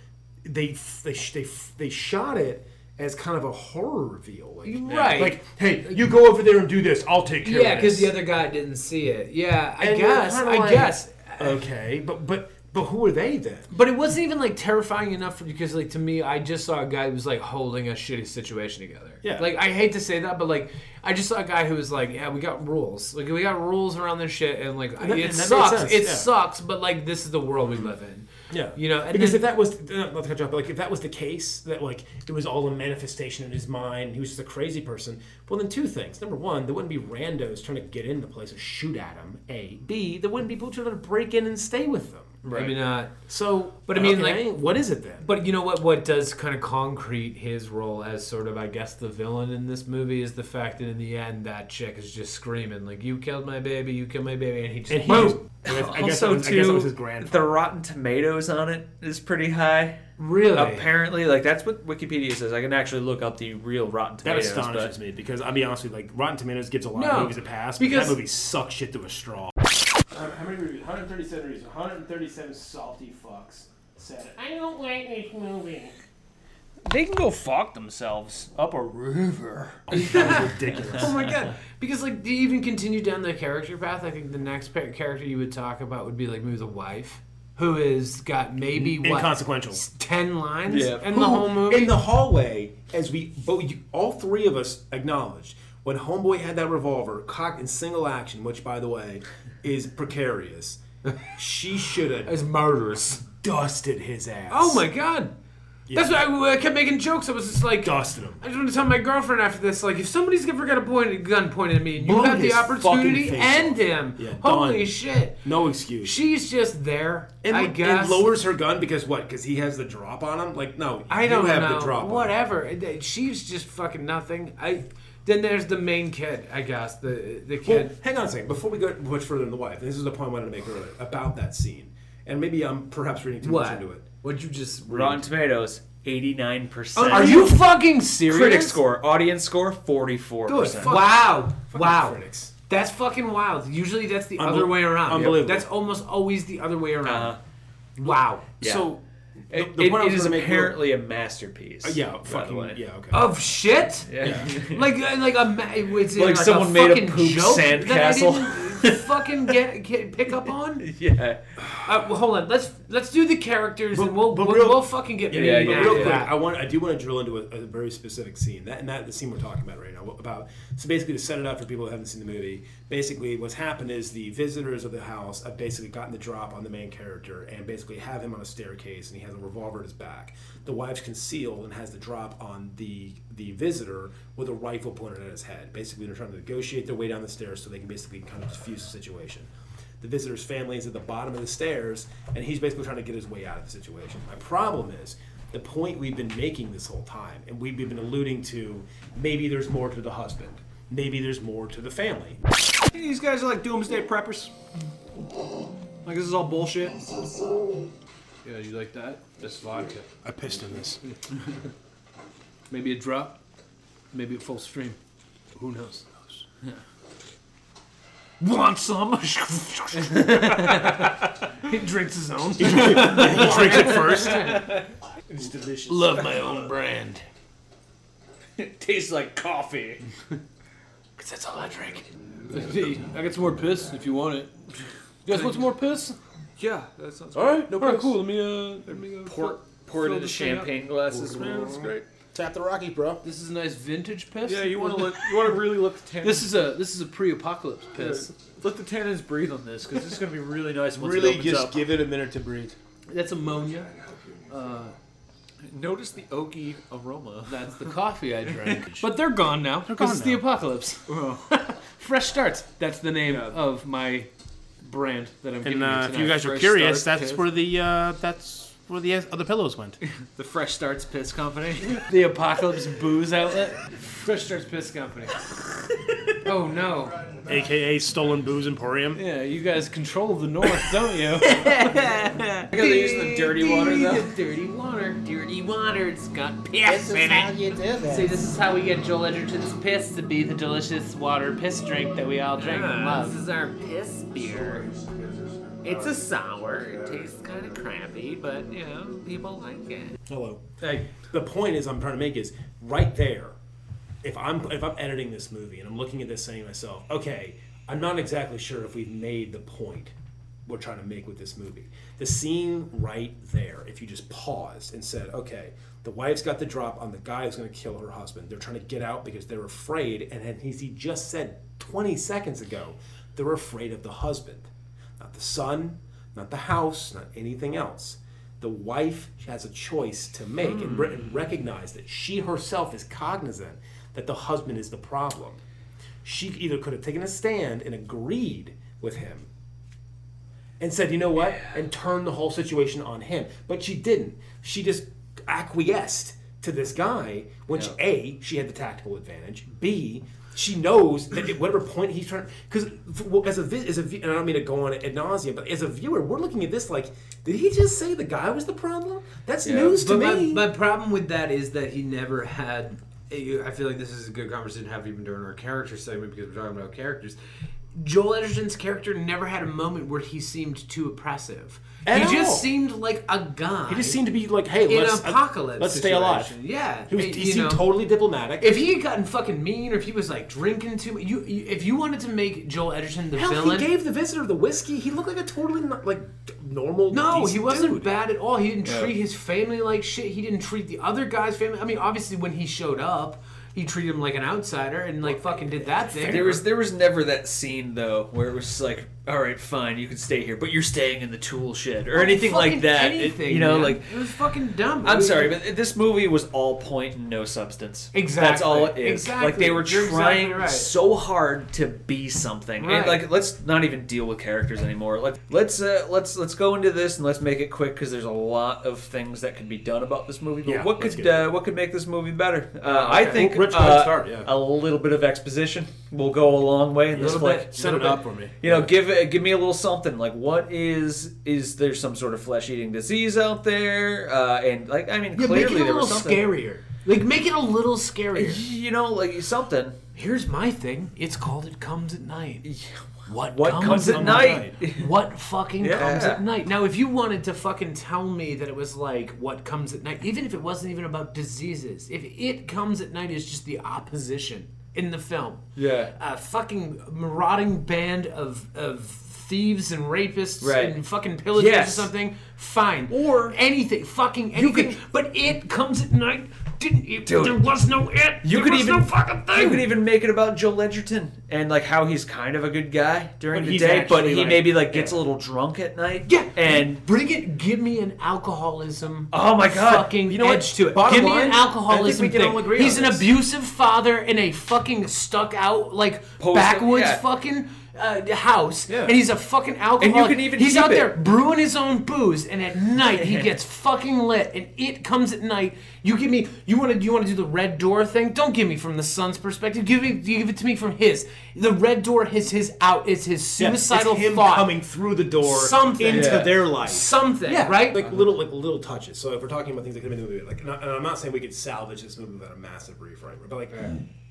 [SPEAKER 4] they f- they sh- they f- they shot it as kind of a horror reveal, like,
[SPEAKER 3] Right.
[SPEAKER 4] Like hey, you go over there and do this. I'll take care
[SPEAKER 3] Yeah,
[SPEAKER 4] of
[SPEAKER 3] because
[SPEAKER 4] this.
[SPEAKER 3] the other guy didn't see it. Yeah, I
[SPEAKER 4] And you're
[SPEAKER 3] guess.
[SPEAKER 4] kinda
[SPEAKER 3] I
[SPEAKER 4] like,
[SPEAKER 3] guess.
[SPEAKER 4] Okay, but but but who are they then?
[SPEAKER 3] But it wasn't even like terrifying enough for, because like to me, I just saw a guy who was like holding a shitty situation together.
[SPEAKER 4] Yeah.
[SPEAKER 3] Like I hate to say that, but like I just saw a guy who was like, yeah, we got rules. Like we got rules around this shit, and like
[SPEAKER 4] that-
[SPEAKER 3] it
[SPEAKER 4] and that makes
[SPEAKER 3] sucks.
[SPEAKER 4] sense,
[SPEAKER 3] It
[SPEAKER 4] yeah.
[SPEAKER 3] sucks, but like this is the world we live in.
[SPEAKER 4] Yeah,
[SPEAKER 3] You know, and
[SPEAKER 4] because
[SPEAKER 3] then-
[SPEAKER 4] if that was uh, not to cut you off, but like if that was the case, that like it was all a manifestation in his mind, he was just a crazy person. Well, then two things: number one, there wouldn't be randos trying to get into places, shoot at him. A, B, there wouldn't be people trying to break in and stay with them.
[SPEAKER 3] Maybe not.
[SPEAKER 4] So,
[SPEAKER 3] But I mean,
[SPEAKER 4] okay, what is it then?
[SPEAKER 3] But you know what? What does kind of concrete his role as sort of, I guess, the villain in this movie is the fact that in the end, that chick is just screaming like, "You killed my baby! You killed my baby!" And he just
[SPEAKER 4] And he
[SPEAKER 3] boom.
[SPEAKER 4] just- I guess- I guess, that
[SPEAKER 7] also,
[SPEAKER 4] was, I
[SPEAKER 7] too,
[SPEAKER 4] guess that was his grandfather.
[SPEAKER 7] the Rotten Tomatoes on it is pretty high.
[SPEAKER 3] really
[SPEAKER 7] Apparently, like that's what Wikipedia says. I can actually look up the real Rotten
[SPEAKER 4] That
[SPEAKER 7] Tomatoes.
[SPEAKER 4] astonishes me because I'll be honest with you, like Rotten Tomatoes gives a lot
[SPEAKER 3] No,
[SPEAKER 4] of movies a pass, but
[SPEAKER 3] because-
[SPEAKER 4] that movie sucks shit to a straw.
[SPEAKER 8] How many reviews? 137 reviews. 137 salty fucks said it. I don't like this movie.
[SPEAKER 1] They can go fuck themselves up a river.
[SPEAKER 3] Oh my god! Because like, do you even continue down the character path? I think the next pa- character you would talk about would be like maybe the wife, who has got maybe what
[SPEAKER 4] Inconsequential.
[SPEAKER 3] s- ten lines
[SPEAKER 7] Yeah.
[SPEAKER 3] in the whole movie.
[SPEAKER 4] In the hallway, as we both, you- all three of us acknowledged, when Homeboy had that revolver cocked in single action, which by the way is precarious, she should have
[SPEAKER 3] as murderous.
[SPEAKER 4] dusted his ass.
[SPEAKER 3] Oh my god! That's why I, I kept making jokes. I was just like,
[SPEAKER 4] Dusted him.
[SPEAKER 3] I just want to tell my girlfriend after this, like, if somebody's ever got a, point, a gun pointed at me, you
[SPEAKER 4] Blow
[SPEAKER 3] have the
[SPEAKER 4] his
[SPEAKER 3] opportunity,
[SPEAKER 4] fucking face
[SPEAKER 3] end
[SPEAKER 4] off.
[SPEAKER 3] him.
[SPEAKER 4] Yeah,
[SPEAKER 3] Holy
[SPEAKER 4] done.
[SPEAKER 3] shit!
[SPEAKER 4] No excuse.
[SPEAKER 3] She's just there.
[SPEAKER 4] and,
[SPEAKER 3] I
[SPEAKER 4] and
[SPEAKER 3] guess.
[SPEAKER 4] lowers her gun because what? Because he has the drop on him. Like no,
[SPEAKER 3] I
[SPEAKER 4] you
[SPEAKER 3] don't
[SPEAKER 4] have
[SPEAKER 3] know.
[SPEAKER 4] the drop. on him.
[SPEAKER 3] Whatever. Uh, She's just fucking nothing. I. Then there's the main kid, I guess. The the
[SPEAKER 4] Well,
[SPEAKER 3] kid.
[SPEAKER 4] hang on a second. Before we go much further in the wife, this is the point I wanted to make earlier about that scene, and maybe I'm perhaps reading too
[SPEAKER 3] what?
[SPEAKER 4] much into it.
[SPEAKER 3] What'd you just?
[SPEAKER 7] Rotten Tomatoes, 89%.
[SPEAKER 3] Are you fucking serious?
[SPEAKER 7] Critic score, audience score, 44%.
[SPEAKER 3] Good. Wow. wow.
[SPEAKER 4] critics.
[SPEAKER 3] That's fucking wild. Usually that's the
[SPEAKER 4] Unbe-
[SPEAKER 3] other way around.
[SPEAKER 4] unbelievable.
[SPEAKER 3] That's almost always the other way around.
[SPEAKER 7] Uh-huh.
[SPEAKER 3] Wow.
[SPEAKER 7] Yeah.
[SPEAKER 3] So
[SPEAKER 7] It-
[SPEAKER 4] the
[SPEAKER 7] it-
[SPEAKER 4] point I
[SPEAKER 7] it
[SPEAKER 4] was
[SPEAKER 7] is
[SPEAKER 4] gonna make-
[SPEAKER 7] apparently a masterpiece.
[SPEAKER 4] Uh, yeah,
[SPEAKER 7] by the
[SPEAKER 4] fucking
[SPEAKER 7] way.
[SPEAKER 4] yeah, okay.
[SPEAKER 3] of shit.
[SPEAKER 7] Yeah.
[SPEAKER 3] Like uh, like a ma- was it
[SPEAKER 7] Like
[SPEAKER 3] uh, like,
[SPEAKER 7] someone
[SPEAKER 3] a
[SPEAKER 7] made a
[SPEAKER 3] fucking
[SPEAKER 7] poop
[SPEAKER 3] joke That
[SPEAKER 7] sandcastle?
[SPEAKER 3] I didn't fucking get, get pick up on.
[SPEAKER 7] yeah.
[SPEAKER 3] Uh, well, hold on. Let's let's do the characters and we'll
[SPEAKER 4] but
[SPEAKER 3] we'll,
[SPEAKER 4] real-
[SPEAKER 3] we'll fucking get
[SPEAKER 7] Yeah,
[SPEAKER 3] mad
[SPEAKER 7] yeah,
[SPEAKER 4] But
[SPEAKER 7] yeah,
[SPEAKER 3] at
[SPEAKER 4] real
[SPEAKER 7] yeah.
[SPEAKER 4] quick,
[SPEAKER 3] that.
[SPEAKER 4] I want I do want to drill into a, a very specific scene. That and that the scene we're talking about right now wh- about so basically to set it up for people who haven't seen the movie. Basically, what's happened is the visitors of the house have basically gotten the drop on the main character and basically have him on a staircase and he has a revolver at his back. The wife's concealed and has the drop on the the visitor with a rifle pointed at his head. Basically, they're trying to negotiate their way down the stairs so they can basically kind of defuse the situation. The visitor's family is at the bottom of the stairs, and he's basically trying to get his way out of the situation. My problem is the point we've been making this whole time, and we've been alluding to maybe there's more to the husband, maybe there's more to the family.
[SPEAKER 2] These guys are like doomsday preppers. Like this is all bullshit.
[SPEAKER 5] Yeah, you like that? That's vodka.
[SPEAKER 4] I pissed in this.
[SPEAKER 5] Maybe a drop. Maybe a full stream. Who knows?
[SPEAKER 2] Want some? he drinks his own.
[SPEAKER 4] Drinks it first.
[SPEAKER 6] It's delicious.
[SPEAKER 5] Love my own brand.
[SPEAKER 7] It tastes like coffee.
[SPEAKER 5] Cause that's all I drink. I got some more piss if you want it. You guys want some more piss?
[SPEAKER 2] yeah, that sounds.
[SPEAKER 5] All right, no problem. cool. Let me uh, let me go.
[SPEAKER 7] Pour, pour it
[SPEAKER 5] Fill
[SPEAKER 7] into
[SPEAKER 5] this thing up.
[SPEAKER 7] champagne glasses. Man, that's great.
[SPEAKER 6] Tap the Rockies, bro.
[SPEAKER 5] This is a nice vintage piss.
[SPEAKER 8] Yeah, you want to let you want to really let the tannins
[SPEAKER 5] This is a this is a pre-apocalypse piss.
[SPEAKER 8] let the tannins breathe on this because it's gonna be really nice once it
[SPEAKER 6] Really
[SPEAKER 8] opens
[SPEAKER 6] just
[SPEAKER 8] up.
[SPEAKER 6] give it a minute to breathe.
[SPEAKER 5] That's ammonia. Uh,
[SPEAKER 8] Notice the oaky aroma.
[SPEAKER 5] That's the coffee I drank.
[SPEAKER 2] But they're gone now. Because it's the
[SPEAKER 4] now.
[SPEAKER 2] apocalypse. Fresh starts. That's the name of my brand that I'm giving
[SPEAKER 8] And
[SPEAKER 2] you
[SPEAKER 8] uh, if
[SPEAKER 2] tonight.
[SPEAKER 8] you guys are
[SPEAKER 2] Fresh
[SPEAKER 8] curious,
[SPEAKER 2] Starts
[SPEAKER 8] that's
[SPEAKER 2] Piss.
[SPEAKER 8] where the uh, that's where the other pillows went.
[SPEAKER 2] the Fresh Starts Piss Company, the apocalypse booze outlet.
[SPEAKER 3] Fresh Starts Piss Company. oh no.
[SPEAKER 8] AKA Stolen Booze Emporium.
[SPEAKER 2] Yeah, you guys control the north, don't you?
[SPEAKER 7] I gotta use the dirty water though.
[SPEAKER 3] The dirty water. Dirty water. It's got piss in it.
[SPEAKER 6] you do
[SPEAKER 3] See, this is how we get Joel Edgerton's piss to be the delicious water piss drink that we all drink and love. This is our piss beer. It's a sour. It tastes kind of crappy, but you know people like it.
[SPEAKER 4] Hello.
[SPEAKER 3] Hey,
[SPEAKER 4] The point is I'm trying to make is right there. If I'm if I'm editing this movie and I'm looking at this saying to myself, okay, I'm not exactly sure if we've made the point we're trying to make with this movie. The scene right there, if you just paused and said, okay, the wife's got the drop on the guy who's going to kill her husband. They're trying to get out because they're afraid, and then he's, he just said 20 seconds ago, they're afraid of the husband, not the son, not the house, not anything else. The wife has a choice to make and, re- and recognize that she herself is cognizant that the husband is the problem. She either could have taken a stand and agreed with him and said, you know what, and turned the whole situation on him. But she didn't. She just acquiesced to this guy, which A, she had the tactical advantage. B, she knows that at whatever point he's trying, because well, as a vi- as a vi- and I don't mean to go on ad nauseum, but as a viewer, we're looking at this like, did he just say the guy was the problem? That's news to
[SPEAKER 3] But my,
[SPEAKER 4] me.
[SPEAKER 3] my problem with that is that he never had. I feel like this is a good conversation to have even during our character segment because we're talking about characters. Joel Edgerton's character never had a moment where he seemed too oppressive.
[SPEAKER 4] At
[SPEAKER 3] he just
[SPEAKER 4] all.
[SPEAKER 3] seemed like a guy.
[SPEAKER 4] He just seemed to be like, hey,
[SPEAKER 3] in
[SPEAKER 4] let's uh,
[SPEAKER 3] an apocalypse.
[SPEAKER 4] let's stay
[SPEAKER 3] situation.
[SPEAKER 4] alive.
[SPEAKER 3] Yeah,
[SPEAKER 4] He, was,
[SPEAKER 3] it-
[SPEAKER 4] he
[SPEAKER 3] you
[SPEAKER 4] seemed
[SPEAKER 3] know,
[SPEAKER 4] totally diplomatic.
[SPEAKER 3] If he had gotten fucking mean, or if he was like drinking too, mu- you, you if you wanted to make Joel Edgerton the
[SPEAKER 4] Hell,
[SPEAKER 3] villain,
[SPEAKER 4] he gave the visitor the whiskey. He looked like a totally not, like d- normal.
[SPEAKER 3] No, he
[SPEAKER 4] decent
[SPEAKER 3] wasn't
[SPEAKER 4] dude.
[SPEAKER 3] bad at all. He didn't treat his family like shit. He didn't treat the other guy's family. I mean, obviously, when he showed up, he treated him like an outsider and like fucking did that thing.
[SPEAKER 1] There was there was never that scene though where it was like, all right, fine, you can stay here, but you're staying in the tool shed or anything like
[SPEAKER 3] Oh, Fucking
[SPEAKER 1] that. It-
[SPEAKER 3] Anything,
[SPEAKER 1] you know,
[SPEAKER 3] man.
[SPEAKER 1] like
[SPEAKER 3] it was fucking dumb.
[SPEAKER 1] I'm sorry, but this movie was all point and no substance. That's
[SPEAKER 3] Exactly.
[SPEAKER 1] all it is. Like they were
[SPEAKER 3] Exactly. You're
[SPEAKER 1] trying
[SPEAKER 3] exactly right.
[SPEAKER 1] so hard to be something, and
[SPEAKER 3] Right.
[SPEAKER 1] like let's not even deal with characters anymore. Let let's uh, let's let's go into this and let's make it quick because there's a lot of things that could be done about this movie. But
[SPEAKER 4] Yeah,
[SPEAKER 1] what
[SPEAKER 4] let's
[SPEAKER 1] could
[SPEAKER 4] get
[SPEAKER 1] uh, what could make this movie better? Uh, I think
[SPEAKER 4] Well, Rich, go ahead and
[SPEAKER 1] uh,
[SPEAKER 4] start, yeah.
[SPEAKER 1] a little bit of exposition will go a long way in this
[SPEAKER 3] Little bit.
[SPEAKER 1] flick.
[SPEAKER 4] Set it up for me.
[SPEAKER 1] You know, give give me a little something. Like, what is is there some sort of flesh eating disease out there? Uh, and like, I mean,
[SPEAKER 3] yeah,
[SPEAKER 1] clearly
[SPEAKER 3] make it a
[SPEAKER 1] there
[SPEAKER 3] little
[SPEAKER 1] was something.
[SPEAKER 3] scarier. Like make it a little scarier.
[SPEAKER 1] You know, like something.
[SPEAKER 3] Here's my thing. It's called "It Comes at Night." What,
[SPEAKER 1] What comes, at night?
[SPEAKER 3] What fucking
[SPEAKER 1] Yeah.
[SPEAKER 3] comes at night? Now, if you wanted to fucking tell me that it was like what comes at night, even if it wasn't even about diseases, if it comes at night is just the opposition in the film.
[SPEAKER 1] Yeah.
[SPEAKER 3] A fucking marauding band of of thieves and rapists
[SPEAKER 1] Right.
[SPEAKER 3] and fucking pillagers
[SPEAKER 1] Yes.
[SPEAKER 3] or something. Fine.
[SPEAKER 1] Or-
[SPEAKER 3] anything, fucking anything. but it comes at night. Didn't it?
[SPEAKER 1] Dude.
[SPEAKER 3] there was no it.
[SPEAKER 1] You
[SPEAKER 3] there
[SPEAKER 1] could
[SPEAKER 3] was
[SPEAKER 1] even
[SPEAKER 3] no fucking thing.
[SPEAKER 1] You could even make it about Joel Edgerton and like how he's kind of a good guy during
[SPEAKER 9] But
[SPEAKER 1] the
[SPEAKER 9] he's
[SPEAKER 1] day, but
[SPEAKER 9] actually,
[SPEAKER 1] he
[SPEAKER 9] like-
[SPEAKER 1] maybe like gets a little drunk at night.
[SPEAKER 3] Yeah,
[SPEAKER 1] and
[SPEAKER 3] bring it. Give me an alcoholism.
[SPEAKER 1] Oh my God.
[SPEAKER 3] Fucking
[SPEAKER 1] You know what?
[SPEAKER 3] edge to it.
[SPEAKER 1] Bottom
[SPEAKER 3] give me
[SPEAKER 1] line,
[SPEAKER 3] an
[SPEAKER 1] I think we
[SPEAKER 3] alcoholism
[SPEAKER 1] can
[SPEAKER 3] thing.
[SPEAKER 1] all agree
[SPEAKER 3] He's
[SPEAKER 1] on
[SPEAKER 3] an
[SPEAKER 1] this.
[SPEAKER 3] abusive father in a fucking stuck out like
[SPEAKER 1] Postal-
[SPEAKER 3] backwoods
[SPEAKER 1] yeah.
[SPEAKER 3] fucking uh, house, and he's a fucking alcoholic.
[SPEAKER 1] can even
[SPEAKER 3] he's
[SPEAKER 1] keep
[SPEAKER 3] out
[SPEAKER 1] it.
[SPEAKER 3] there brewing his own booze, and at night he gets fucking lit, and it comes at night. You give me. You want to. You want to do the red door thing? Don't give me from the son's perspective. Give me. You give it to me from his. The red door is his out. Is his
[SPEAKER 9] Yeah,
[SPEAKER 3] suicidal
[SPEAKER 9] it's him
[SPEAKER 3] thought.
[SPEAKER 9] coming through the door
[SPEAKER 3] Something.
[SPEAKER 9] into
[SPEAKER 1] Yeah.
[SPEAKER 9] their life.
[SPEAKER 3] Something. Right.
[SPEAKER 4] Like little, like little touches. So if we're talking about things that could have been in the movie, like, and, I, and I'm not saying we could salvage this movie without a massive rewrite, but like,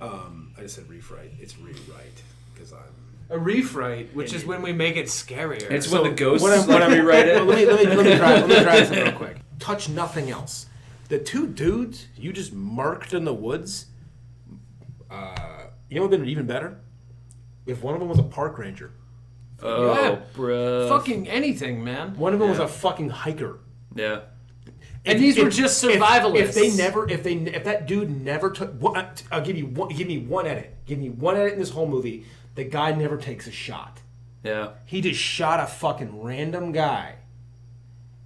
[SPEAKER 4] um, I just said rewrite. It's rewrite because I'm.
[SPEAKER 3] A refrite, which is when we make it scarier.
[SPEAKER 1] it's
[SPEAKER 4] So
[SPEAKER 1] when the ghosts
[SPEAKER 4] what I'm-
[SPEAKER 1] let me write
[SPEAKER 4] Well,
[SPEAKER 1] it.
[SPEAKER 4] let me let me let me try let me try this real quick. Touch nothing else. The two dudes you just marked in the woods. Uh, you know what would have been even better? If one of them was a park ranger,
[SPEAKER 1] Oh,
[SPEAKER 3] Yeah.
[SPEAKER 1] bro.
[SPEAKER 3] fucking anything, man.
[SPEAKER 4] one of them was a fucking hiker.
[SPEAKER 1] Yeah.
[SPEAKER 3] And these were just
[SPEAKER 4] if-
[SPEAKER 3] survivalists.
[SPEAKER 4] If, they never, if they, if that dude never took, one- uh, I'll give you one. Give me one edit. Give me one edit in this whole movie. The guy never takes a shot.
[SPEAKER 1] Yeah.
[SPEAKER 4] He just shot a fucking random guy,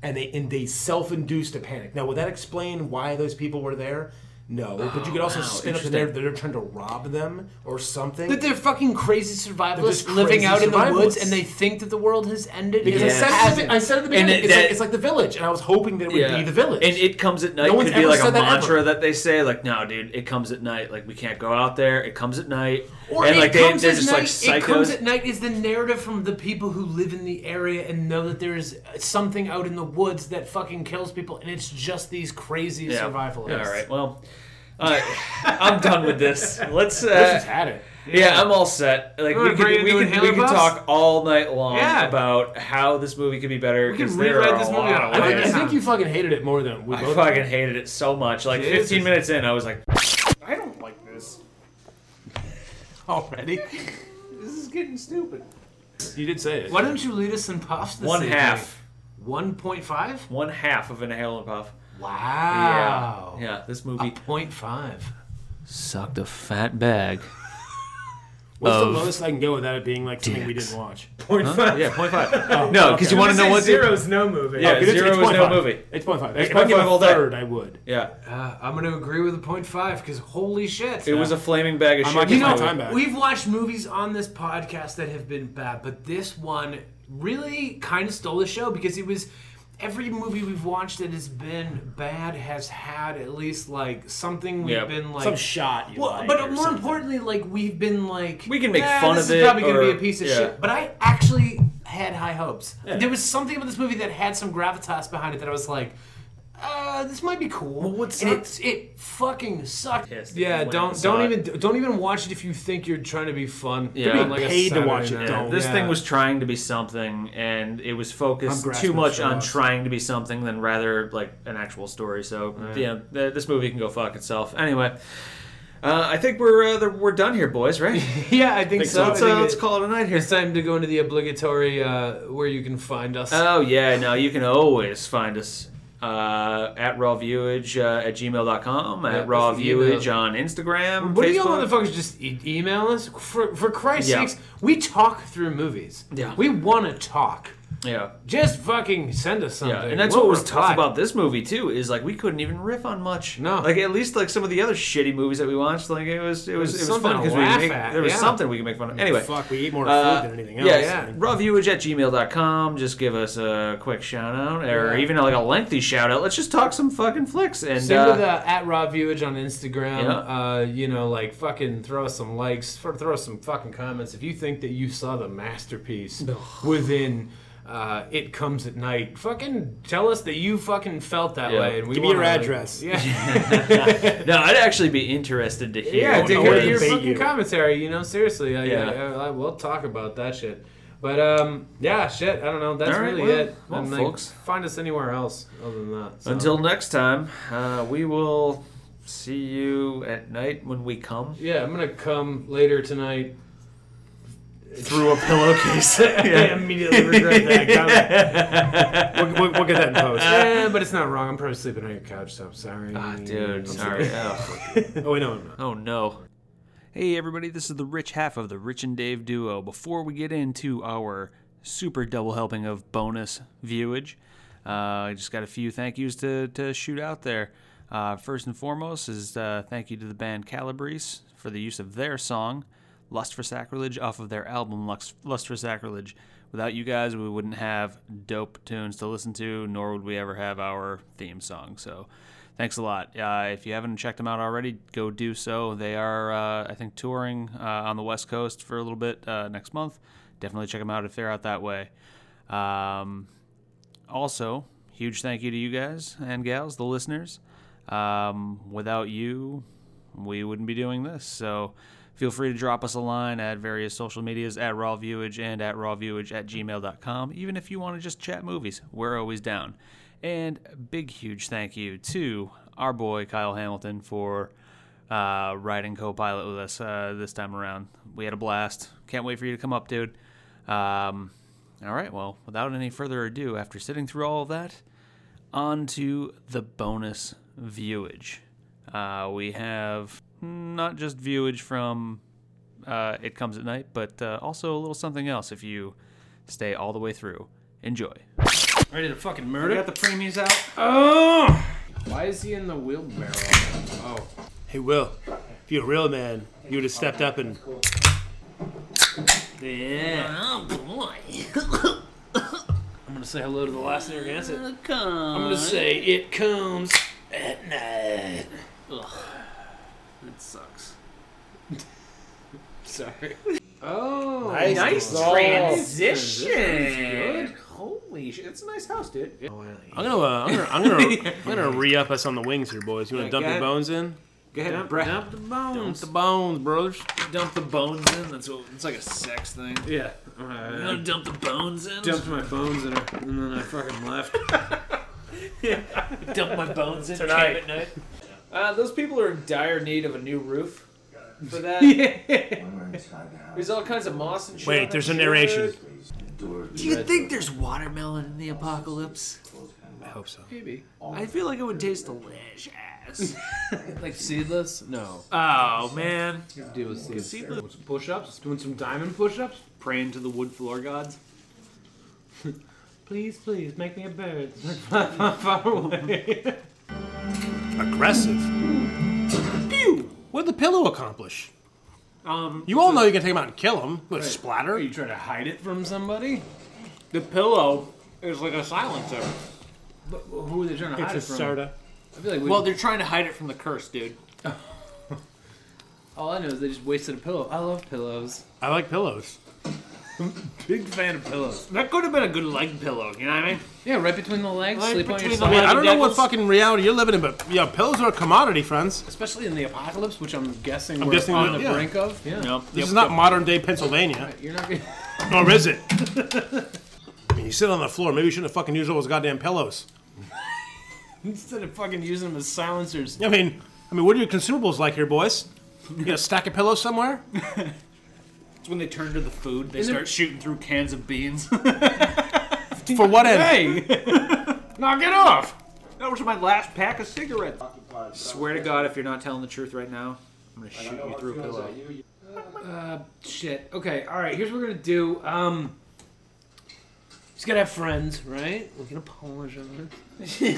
[SPEAKER 4] and they and they self-induced a panic. Now, would that explain why those people were there? No, but you could also
[SPEAKER 1] Oh, wow,
[SPEAKER 4] spin up that they're, they're trying to rob them or something.
[SPEAKER 3] That they're fucking crazy survivalists
[SPEAKER 4] just
[SPEAKER 3] living
[SPEAKER 4] crazy
[SPEAKER 3] out in the woods,
[SPEAKER 4] survivalists.
[SPEAKER 3] and they think that the world has ended.
[SPEAKER 4] Because
[SPEAKER 1] Yes.
[SPEAKER 4] I, said at the, be- I said at the
[SPEAKER 1] And
[SPEAKER 4] beginning,
[SPEAKER 1] it-
[SPEAKER 4] it's,
[SPEAKER 1] that-
[SPEAKER 4] like, it's like the village, and I was hoping that it would
[SPEAKER 1] yeah.
[SPEAKER 4] be the village.
[SPEAKER 1] And it comes at night
[SPEAKER 4] No one's
[SPEAKER 1] could be
[SPEAKER 4] ever
[SPEAKER 1] like a
[SPEAKER 4] said that ever.
[SPEAKER 1] mantra that they say, like, no, dude, it comes at night. Like, we can't go out there. It comes at night.
[SPEAKER 3] Or
[SPEAKER 1] and
[SPEAKER 3] it
[SPEAKER 1] like,
[SPEAKER 3] comes
[SPEAKER 1] they,
[SPEAKER 3] at
[SPEAKER 1] they're just
[SPEAKER 3] night,
[SPEAKER 1] like
[SPEAKER 3] It comes
[SPEAKER 1] psychos.
[SPEAKER 3] at night is the narrative from the people who live in the area and know that there is something out in the woods that fucking kills people, and it's just these crazy
[SPEAKER 1] yeah.
[SPEAKER 3] survivalists.
[SPEAKER 1] All right. Well, all right. I'm done with this. Let's. Uh,
[SPEAKER 4] just had it.
[SPEAKER 1] Yeah, I'm all set. Like
[SPEAKER 3] wanna
[SPEAKER 1] we
[SPEAKER 3] bring
[SPEAKER 1] could,
[SPEAKER 3] it
[SPEAKER 1] we
[SPEAKER 3] to
[SPEAKER 1] could,
[SPEAKER 3] Inhaler
[SPEAKER 1] we could
[SPEAKER 3] Bus?
[SPEAKER 1] talk all night long
[SPEAKER 3] Yeah.
[SPEAKER 1] about how this movie could be better.
[SPEAKER 3] We could
[SPEAKER 1] 'cause there
[SPEAKER 3] rewrite
[SPEAKER 1] are
[SPEAKER 3] this
[SPEAKER 1] a
[SPEAKER 3] movie
[SPEAKER 1] lot
[SPEAKER 3] on
[SPEAKER 1] of
[SPEAKER 3] a
[SPEAKER 4] I,
[SPEAKER 3] lot
[SPEAKER 1] ways.
[SPEAKER 4] think,
[SPEAKER 3] Yeah.
[SPEAKER 4] I think you fucking hated it more than we
[SPEAKER 1] I
[SPEAKER 4] both.
[SPEAKER 1] fucking hated it so much. Like 15 minutes in, I was like,
[SPEAKER 9] I don't like this.
[SPEAKER 10] Already?
[SPEAKER 9] This is getting stupid.
[SPEAKER 4] You did say it.
[SPEAKER 3] Why don't you lead us in puffs? This
[SPEAKER 1] one
[SPEAKER 3] evening?
[SPEAKER 1] half,
[SPEAKER 3] One point five.
[SPEAKER 1] one half of Inhale and Puff.
[SPEAKER 3] Wow.
[SPEAKER 1] Yeah, this movie
[SPEAKER 3] Point five.
[SPEAKER 1] sucked a fat bag.
[SPEAKER 4] What's
[SPEAKER 1] of-
[SPEAKER 4] the lowest I can go without it being like something we didn't watch?
[SPEAKER 9] Point five.
[SPEAKER 1] Yeah, point five.
[SPEAKER 3] Oh,
[SPEAKER 1] no, because you want to know what? the-
[SPEAKER 9] zero's no movie.
[SPEAKER 1] Yeah,
[SPEAKER 4] Because it's-
[SPEAKER 1] zero
[SPEAKER 4] it's
[SPEAKER 1] is no
[SPEAKER 4] 0.5.
[SPEAKER 1] movie.
[SPEAKER 4] It's point five. If
[SPEAKER 1] point
[SPEAKER 4] I gave
[SPEAKER 1] five
[SPEAKER 4] a
[SPEAKER 1] all day.
[SPEAKER 4] third, I would.
[SPEAKER 1] Yeah,
[SPEAKER 3] Uh, I'm gonna agree with a point five because holy shit.
[SPEAKER 1] it was a flaming bag of
[SPEAKER 4] not
[SPEAKER 1] shit.
[SPEAKER 4] giving
[SPEAKER 3] you know,
[SPEAKER 4] my time back.
[SPEAKER 3] we've watched movies on this podcast that have been bad, but this one really kind of stole the show because it was every movie we've watched that has been bad has had at least like something we've
[SPEAKER 1] Yeah.
[SPEAKER 3] been like
[SPEAKER 4] Some shot. You
[SPEAKER 3] Well,
[SPEAKER 4] like or
[SPEAKER 3] but more
[SPEAKER 4] something.
[SPEAKER 3] importantly, like we've been like
[SPEAKER 1] We can make
[SPEAKER 3] "Nah,
[SPEAKER 1] fun
[SPEAKER 3] this
[SPEAKER 1] of
[SPEAKER 3] is
[SPEAKER 1] it,
[SPEAKER 3] Probably gonna be
[SPEAKER 1] or-
[SPEAKER 3] a piece of
[SPEAKER 1] yeah.
[SPEAKER 3] shit. But I actually had high hopes. There was something about this movie that had some gravitas behind it that I was like, uh, this might be cool.
[SPEAKER 11] what
[SPEAKER 3] and it's it fucking sucked.
[SPEAKER 1] Pissed if you
[SPEAKER 3] Yeah,
[SPEAKER 1] went and
[SPEAKER 3] don't
[SPEAKER 1] saw
[SPEAKER 3] don't
[SPEAKER 1] it.
[SPEAKER 3] even don't even watch it if you think you're trying to be fun.
[SPEAKER 1] Yeah.
[SPEAKER 3] On, like, a
[SPEAKER 4] Paid to watch
[SPEAKER 3] Saturday
[SPEAKER 4] it,
[SPEAKER 3] night.
[SPEAKER 1] Yeah,
[SPEAKER 4] don't.
[SPEAKER 1] this
[SPEAKER 3] Yeah.
[SPEAKER 1] thing was trying to be something, and it was
[SPEAKER 4] I'm
[SPEAKER 1] focused
[SPEAKER 4] grasping
[SPEAKER 1] too much
[SPEAKER 4] for
[SPEAKER 1] on
[SPEAKER 4] lost.
[SPEAKER 1] trying to be something than rather like an actual story. So yeah, th- this movie can go fuck itself. Anyway, uh, I think we're uh, th- we're done here, boys. Right?
[SPEAKER 3] Yeah, I think, so.
[SPEAKER 1] so let's,
[SPEAKER 3] I think
[SPEAKER 1] uh, let's
[SPEAKER 3] it-
[SPEAKER 1] call it a night here.
[SPEAKER 3] It's time to go into the obligatory uh, where you can find us.
[SPEAKER 1] Oh yeah, no, you can always find us uh, at rawviewage uh, at gmail.com,
[SPEAKER 3] Yeah,
[SPEAKER 1] at
[SPEAKER 3] that's the email.
[SPEAKER 1] rawviewage on Instagram.
[SPEAKER 3] what do you
[SPEAKER 1] Facebook.
[SPEAKER 3] motherfuckers just e- email us? For, for Christ's
[SPEAKER 1] Yeah.
[SPEAKER 3] sakes, we talk through movies.
[SPEAKER 1] Yeah.
[SPEAKER 3] We want to talk.
[SPEAKER 1] Yeah.
[SPEAKER 3] Just fucking send us something.
[SPEAKER 1] Yeah, and that's
[SPEAKER 3] We'll
[SPEAKER 1] what was tough
[SPEAKER 3] reply.
[SPEAKER 1] about this movie too. Is like we couldn't even riff on much.
[SPEAKER 3] No.
[SPEAKER 1] like at least like some of the other shitty movies that we watched, like it was it was it
[SPEAKER 3] was
[SPEAKER 1] was,
[SPEAKER 3] something
[SPEAKER 1] fun
[SPEAKER 3] to
[SPEAKER 1] because we could
[SPEAKER 3] laugh
[SPEAKER 1] make,
[SPEAKER 3] at,
[SPEAKER 1] there was
[SPEAKER 3] yeah.
[SPEAKER 1] something we could make fun of. Anyway,
[SPEAKER 4] Fuck, we ate more
[SPEAKER 1] uh,
[SPEAKER 4] food than anything else.
[SPEAKER 1] yeah,
[SPEAKER 4] I
[SPEAKER 1] yeah.
[SPEAKER 4] mean,
[SPEAKER 1] rawviewage at gmail.com. Just give us a quick shout out or
[SPEAKER 3] Yeah.
[SPEAKER 1] even like a lengthy shout out. Let's just talk some fucking flicks and
[SPEAKER 3] Same
[SPEAKER 1] uh,
[SPEAKER 3] with uh, at Rob Viewage on Instagram.
[SPEAKER 1] Yeah.
[SPEAKER 3] Uh, you know, like fucking throw us some likes, f- throw us some fucking comments if you think that you saw the masterpiece within. Uh, it comes at night. Fucking tell us that you fucking felt that
[SPEAKER 1] Yeah.
[SPEAKER 3] way, and we
[SPEAKER 4] Give me your
[SPEAKER 3] wanna, like-
[SPEAKER 4] address.
[SPEAKER 3] yeah,
[SPEAKER 1] no, I'd actually be interested to hear.
[SPEAKER 3] yeah.
[SPEAKER 4] don't
[SPEAKER 3] To
[SPEAKER 4] know
[SPEAKER 3] hear
[SPEAKER 4] where to
[SPEAKER 3] your
[SPEAKER 4] bait
[SPEAKER 3] fucking
[SPEAKER 4] you.
[SPEAKER 3] commentary. You know, seriously. I,
[SPEAKER 1] Yeah.
[SPEAKER 3] yeah. I, I, we'll talk about that shit. But um, yeah, shit. I don't know. That's
[SPEAKER 1] All right,
[SPEAKER 3] really
[SPEAKER 1] well-
[SPEAKER 3] it.
[SPEAKER 1] well,
[SPEAKER 3] and, like,
[SPEAKER 1] folks.
[SPEAKER 3] find us anywhere else other than that. so.
[SPEAKER 1] Until next time, uh, we will see you at night when we come.
[SPEAKER 3] yeah, I'm gonna come later tonight.
[SPEAKER 1] Through a pillowcase.
[SPEAKER 3] I immediately regret that comment.
[SPEAKER 4] we'll, we'll, we'll get that in post.
[SPEAKER 3] Eh, but it's not wrong. I'm probably sleeping on your couch, so I'm sorry.
[SPEAKER 1] Ah, dude, sorry. Oh.
[SPEAKER 4] Oh, wait, no, I'm not.
[SPEAKER 1] Oh no. Hey everybody, this is the rich half of the Rich and Dave duo. Before we get into our super double helping of bonus viewage, uh, I just got a few thank yous to, to shoot out there. Uh, first and foremost is uh, thank you to the band Calabrese for the use of their song Lust for Sacrilege off of their album Lux, Lust for Sacrilege. Without you guys, we wouldn't have dope tunes to listen to, nor would we ever have our theme song. So thanks a lot. Uh, if you haven't checked them out already, go do so. They are, uh, I think, touring uh, on the West Coast for a little bit uh, next month. Definitely check them out if they're out that way. Um, also, huge thank you to you guys and gals, the listeners. Um, without you, we wouldn't be doing this. So feel free to drop us a line at various social medias at rawviewage and at rawviewage at gmail.com. Even if you want to just chat movies, we're always down. And a big, huge thank you to our boy Kyle Hamilton for uh, riding co pilot with us uh, this time around. We had a blast. Can't wait for you to come up, dude. Um, all right, well, without any further ado, after sitting through all that, on to the bonus viewage. Uh, we have not just viewage from uh, It Comes at Night, but uh, also a little something else if you stay all the way through. Enjoy.
[SPEAKER 7] Ready to fucking murder?
[SPEAKER 1] the premiums out.
[SPEAKER 7] oh!
[SPEAKER 3] Why is he in the wheelbarrow?
[SPEAKER 7] Oh.
[SPEAKER 4] Hey, Will, if you're a real man, you would have stepped up and.
[SPEAKER 7] Yeah.
[SPEAKER 3] I'm gonna say hello to the last Narragansett. I'm gonna say it comes at night.
[SPEAKER 7] That sucks.
[SPEAKER 3] Sorry. Oh,
[SPEAKER 12] Nice
[SPEAKER 3] transition.
[SPEAKER 12] Holy shit, that's a nice house, dude.
[SPEAKER 4] I'm gonna, uh, I'm gonna, I'm gonna, I'm gonna re up us on the wings here, boys. You wanna dump
[SPEAKER 3] go
[SPEAKER 4] your
[SPEAKER 3] ahead.
[SPEAKER 4] bones in?
[SPEAKER 3] Go ahead,
[SPEAKER 7] Dump,
[SPEAKER 3] Brad.
[SPEAKER 7] dump the bones.
[SPEAKER 4] The bones, brothers.
[SPEAKER 1] Dump the bones in. That's what. It's like a sex thing.
[SPEAKER 7] Yeah. Uh, I
[SPEAKER 1] dump the bones in.
[SPEAKER 7] dumped my bones in her, and then I fucking left.
[SPEAKER 1] dump my bones in
[SPEAKER 4] Tonight.
[SPEAKER 1] at night.
[SPEAKER 12] Uh, those people are in dire need of a new roof for that. There's all kinds of moss and shit. on
[SPEAKER 4] Wait,
[SPEAKER 12] that
[SPEAKER 4] there's a
[SPEAKER 12] shit.
[SPEAKER 4] narration.
[SPEAKER 1] Do you think there's watermelon in the apocalypse?
[SPEAKER 4] I hope so.
[SPEAKER 1] I feel like it would taste delicious.
[SPEAKER 3] Like seedless? No.
[SPEAKER 1] oh man.
[SPEAKER 3] Deal with seedless.
[SPEAKER 7] Doing some push-ups. Doing some diamond push-ups. Praying to the wood floor gods.
[SPEAKER 3] Please, please make me a bird. Far away.
[SPEAKER 4] Aggressive. Pew! What'd the pillow accomplish?
[SPEAKER 7] Um,
[SPEAKER 4] You all know you can take him out and kill him with a splatter.
[SPEAKER 7] are you trying to hide it from somebody?
[SPEAKER 1] The pillow.
[SPEAKER 7] It's like a silencer.
[SPEAKER 3] But who are they trying to hide it from? I feel like we,
[SPEAKER 1] Well, they're trying to hide it from the curse, dude.
[SPEAKER 3] all I know is they just wasted a pillow. I love pillows.
[SPEAKER 4] I like pillows.
[SPEAKER 5] Big fan of pillows.
[SPEAKER 7] That could have been a good leg pillow. You know what I mean?
[SPEAKER 3] Yeah, right between the legs.
[SPEAKER 4] Right
[SPEAKER 3] sleep on your
[SPEAKER 4] between the
[SPEAKER 3] side.
[SPEAKER 4] legs. I don't know what
[SPEAKER 3] Deckles.
[SPEAKER 4] fucking reality you're living in, but yeah, pillows are a commodity, friends.
[SPEAKER 5] Especially in the apocalypse, which I'm guessing we're
[SPEAKER 4] guessing
[SPEAKER 5] on
[SPEAKER 4] that-
[SPEAKER 5] the
[SPEAKER 4] yeah.
[SPEAKER 5] brink of. Yeah.
[SPEAKER 4] This is not modern day Pennsylvania,
[SPEAKER 3] You're not gonna.
[SPEAKER 4] nor is it. I mean, you sit on the floor. Maybe you shouldn't have fucking used all those goddamn pillows.
[SPEAKER 5] Instead of fucking using them as silencers.
[SPEAKER 4] I mean, I mean, what are your consumables like here, boys? You got a stack of pillows somewhere?
[SPEAKER 7] It's when they turn to the food, they start shooting through cans of beans.
[SPEAKER 4] For what end?
[SPEAKER 7] Knock it off! That was my last pack of cigarettes. Swear to God, if you're not telling the truth right now, I'm gonna shoot you through a pillow.
[SPEAKER 3] Uh, Shit. Okay. All right. Here's what we're gonna do. Um, he's gotta have friends, right? We can apologize. uh, you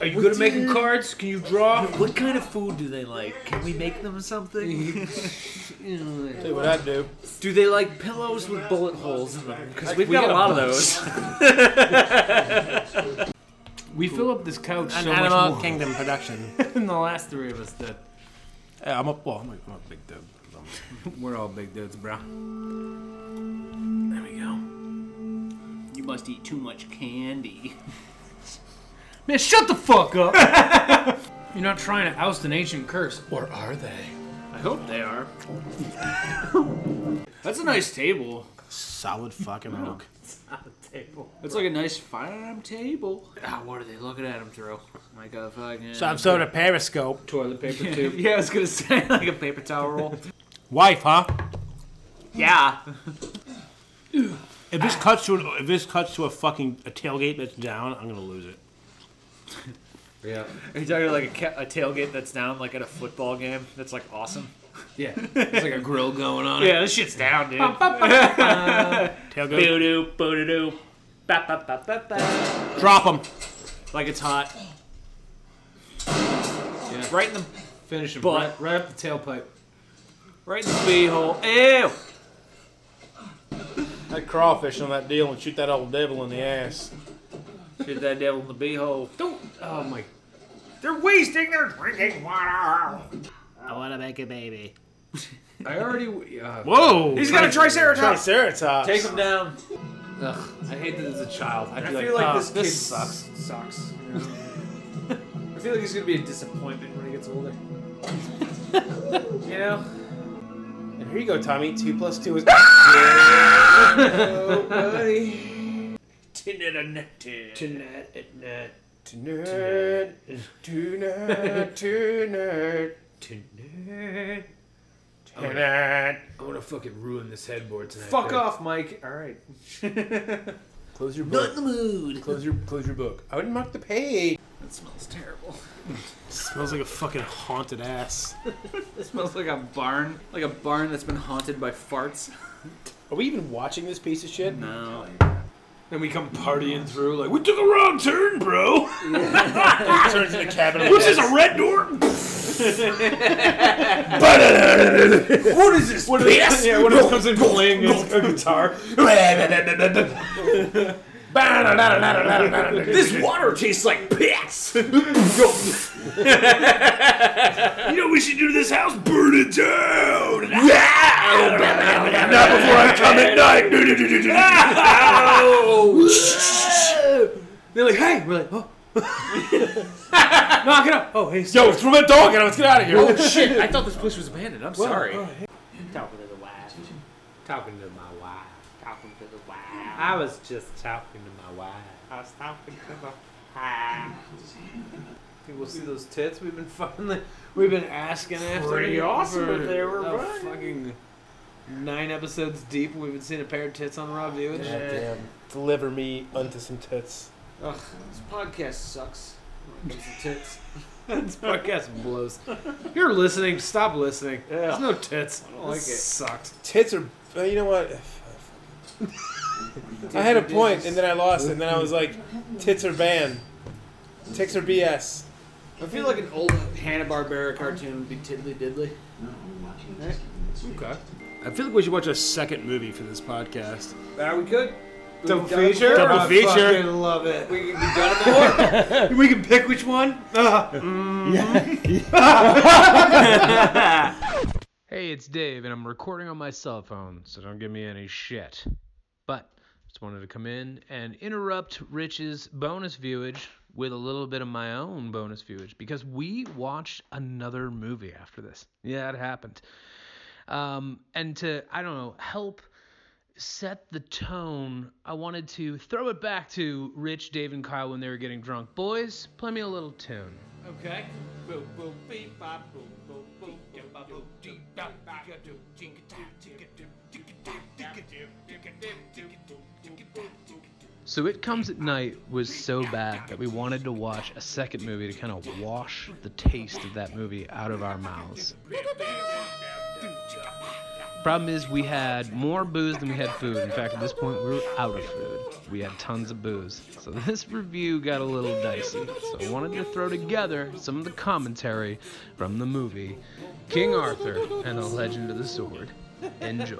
[SPEAKER 3] are you good at making cards? Can you draw?
[SPEAKER 7] What kind of food do they like? Can we make them something?
[SPEAKER 3] do
[SPEAKER 4] Tell you what I'd do.
[SPEAKER 7] do they like pillows with bullet holes in them? Because we've
[SPEAKER 3] we
[SPEAKER 7] got
[SPEAKER 3] got
[SPEAKER 7] a
[SPEAKER 3] a
[SPEAKER 7] lot of those.
[SPEAKER 5] We fill up this couch so much
[SPEAKER 4] Animal
[SPEAKER 5] more
[SPEAKER 4] Kingdom production.
[SPEAKER 5] than the last three of us did.
[SPEAKER 4] Yeah, I'm a well, I'm a, I'm a big dude.
[SPEAKER 5] We're all big dudes, bro.
[SPEAKER 4] There we go.
[SPEAKER 7] You must eat too much candy.
[SPEAKER 3] Man, shut the fuck up. You're not trying to oust an ancient curse, or are they?
[SPEAKER 7] I hope they are. That's a nice table.
[SPEAKER 4] Solid fucking oak.
[SPEAKER 7] That's like a nice firearm table. Ah, what are they looking at him through? Like a fucking.
[SPEAKER 4] sort of periscope.
[SPEAKER 3] Toilet paper
[SPEAKER 7] yeah,
[SPEAKER 3] tube.
[SPEAKER 7] yeah, I was gonna say like a paper towel roll.
[SPEAKER 4] Wife, huh?
[SPEAKER 7] yeah.
[SPEAKER 4] If this cuts to an, if this cuts to a fucking a tailgate that's down, I'm gonna lose it.
[SPEAKER 3] Yeah.
[SPEAKER 7] Are you talking like a, ca- a tailgate that's down like at a football game? That's like awesome.
[SPEAKER 3] Yeah. It's like a grill going on.
[SPEAKER 7] Yeah, this shit's down, dude.
[SPEAKER 4] Tailgate,
[SPEAKER 7] Boo doo, boo doo doo. Ba ba ba ba ba.
[SPEAKER 4] drop them.
[SPEAKER 7] Like it's hot.
[SPEAKER 3] Yeah.
[SPEAKER 7] Right in the
[SPEAKER 3] Finish him
[SPEAKER 7] But-
[SPEAKER 3] right, right up the tailpipe.
[SPEAKER 7] right in the beehole. Ew.
[SPEAKER 4] That crawfish on that deal and shoot that old devil in the ass.
[SPEAKER 7] Shoot that devil in the beehole.
[SPEAKER 3] Don't. Oh my.
[SPEAKER 7] They're wasting their drinking water. I want to make a baby.
[SPEAKER 3] I already. Uh,
[SPEAKER 4] Whoa!
[SPEAKER 7] He's got a triceratops.
[SPEAKER 4] triceratops.
[SPEAKER 7] Take him down.
[SPEAKER 3] ugh, I hate that it's a child. I'd
[SPEAKER 6] I
[SPEAKER 3] be like,
[SPEAKER 6] feel like
[SPEAKER 7] "Ah,
[SPEAKER 6] this,
[SPEAKER 7] this
[SPEAKER 6] kid sucks. Sucks. you know? I feel like he's gonna be a disappointment when he gets older. you know?
[SPEAKER 4] And here you go, Tommy. Two plus two is.
[SPEAKER 6] Oh, buddy.
[SPEAKER 7] Tin it a net tin.
[SPEAKER 6] Jeanette at night.
[SPEAKER 4] Tonight, tonight, tonight,
[SPEAKER 6] Jeanette.
[SPEAKER 4] tonight.
[SPEAKER 3] I'm gonna fucking ruin this headboard tonight.
[SPEAKER 6] Fuck
[SPEAKER 3] dude.
[SPEAKER 6] off, Mike. All right.
[SPEAKER 4] Close your book. Not in the mood. Close your close your book. I would mark the page.
[SPEAKER 6] That smells terrible.
[SPEAKER 4] Smells like a fucking haunted ass.
[SPEAKER 6] It smells like a barn, like a barn that's been haunted by farts.
[SPEAKER 4] Are we even watching this piece of shit?
[SPEAKER 6] No.
[SPEAKER 5] Then we come partying through like we took a wrong turn, bro.
[SPEAKER 4] Turns into cabin.
[SPEAKER 5] What's this a red door?
[SPEAKER 4] What is this? What is
[SPEAKER 5] Yeah, one of us comes in playing his guitar.
[SPEAKER 7] This water tastes like piss.
[SPEAKER 5] You know what we should do to this house? Burn it down! Not before I come at night!
[SPEAKER 3] They're like, hey. We're like, oh. Knock it up. Oh, hey. Sorry.
[SPEAKER 4] Yo, throw that dog at him. Let's get out of here.
[SPEAKER 3] Oh shit! I thought this place was abandoned. I'm sorry.
[SPEAKER 6] Talking to the wife.
[SPEAKER 3] Talking to my wife.
[SPEAKER 6] Talking to the wife.
[SPEAKER 3] I was just talking to my wife.
[SPEAKER 6] I was talking to the wife.
[SPEAKER 3] People see those tits we've been fucking. We've been asking after.
[SPEAKER 6] Pretty
[SPEAKER 3] it
[SPEAKER 6] awesome
[SPEAKER 3] for
[SPEAKER 6] if they were
[SPEAKER 3] a
[SPEAKER 6] right.
[SPEAKER 3] fucking nine episodes deep. We've been seeing a pair of tits on Rob Viewage.
[SPEAKER 4] Goddamn. Deliver me unto some tits.
[SPEAKER 6] Ugh, this podcast sucks. When it comes to tits.
[SPEAKER 3] this podcast blows. You're listening. Stop listening. There's
[SPEAKER 6] Yeah.
[SPEAKER 3] no tits. I
[SPEAKER 6] don't like
[SPEAKER 3] this
[SPEAKER 6] it.
[SPEAKER 3] Sucked.
[SPEAKER 4] Tits are. uh, You know what? I had a point and then I lost it. And then I was like, tits are banned. Tits are BS.
[SPEAKER 6] I feel like an old Hanna Barbera cartoon would be Tiddly Diddly.
[SPEAKER 3] Okay.
[SPEAKER 4] I feel like we should watch a second movie for this podcast.
[SPEAKER 6] Uh, we could.
[SPEAKER 3] Double
[SPEAKER 6] We've done it
[SPEAKER 3] feature?
[SPEAKER 6] before.
[SPEAKER 4] Double feature.
[SPEAKER 3] love it.
[SPEAKER 6] We, we've done it before.
[SPEAKER 3] We can pick which one.
[SPEAKER 7] Hey,
[SPEAKER 3] Hey, it's Dave, and I'm recording on my cell phone, so don't give me any shit. But just wanted to come in and interrupt Rich's bonus viewage with a little bit of my own bonus viewage because we watched another movie after this. Yeah, it happened. Um, and to, I don't know, help set the tone, I wanted to throw it back to Rich, Dave, and Kyle when they were getting drunk. Boys, play me a little tune.
[SPEAKER 6] Okay. Boom, boom, beep, bop, boom, boom, boom, dip, bop, boom, dee, bop, digga, doo, jinga, tap, digga, doo, digga, tap, digga, doo, digga, dip, digga, doo, digga, tap, digga, doo.
[SPEAKER 3] So It Comes at Night was so bad that we wanted to watch a second movie to kind of wash the taste of that movie out of our mouths. Problem is, we had more booze than we had food. In fact, at this point, we were out of food. We had tons of booze. So this review got a little dicey. So I wanted to throw together some of the commentary from the movie King Arthur and the Legend of the Sword. Enjoy.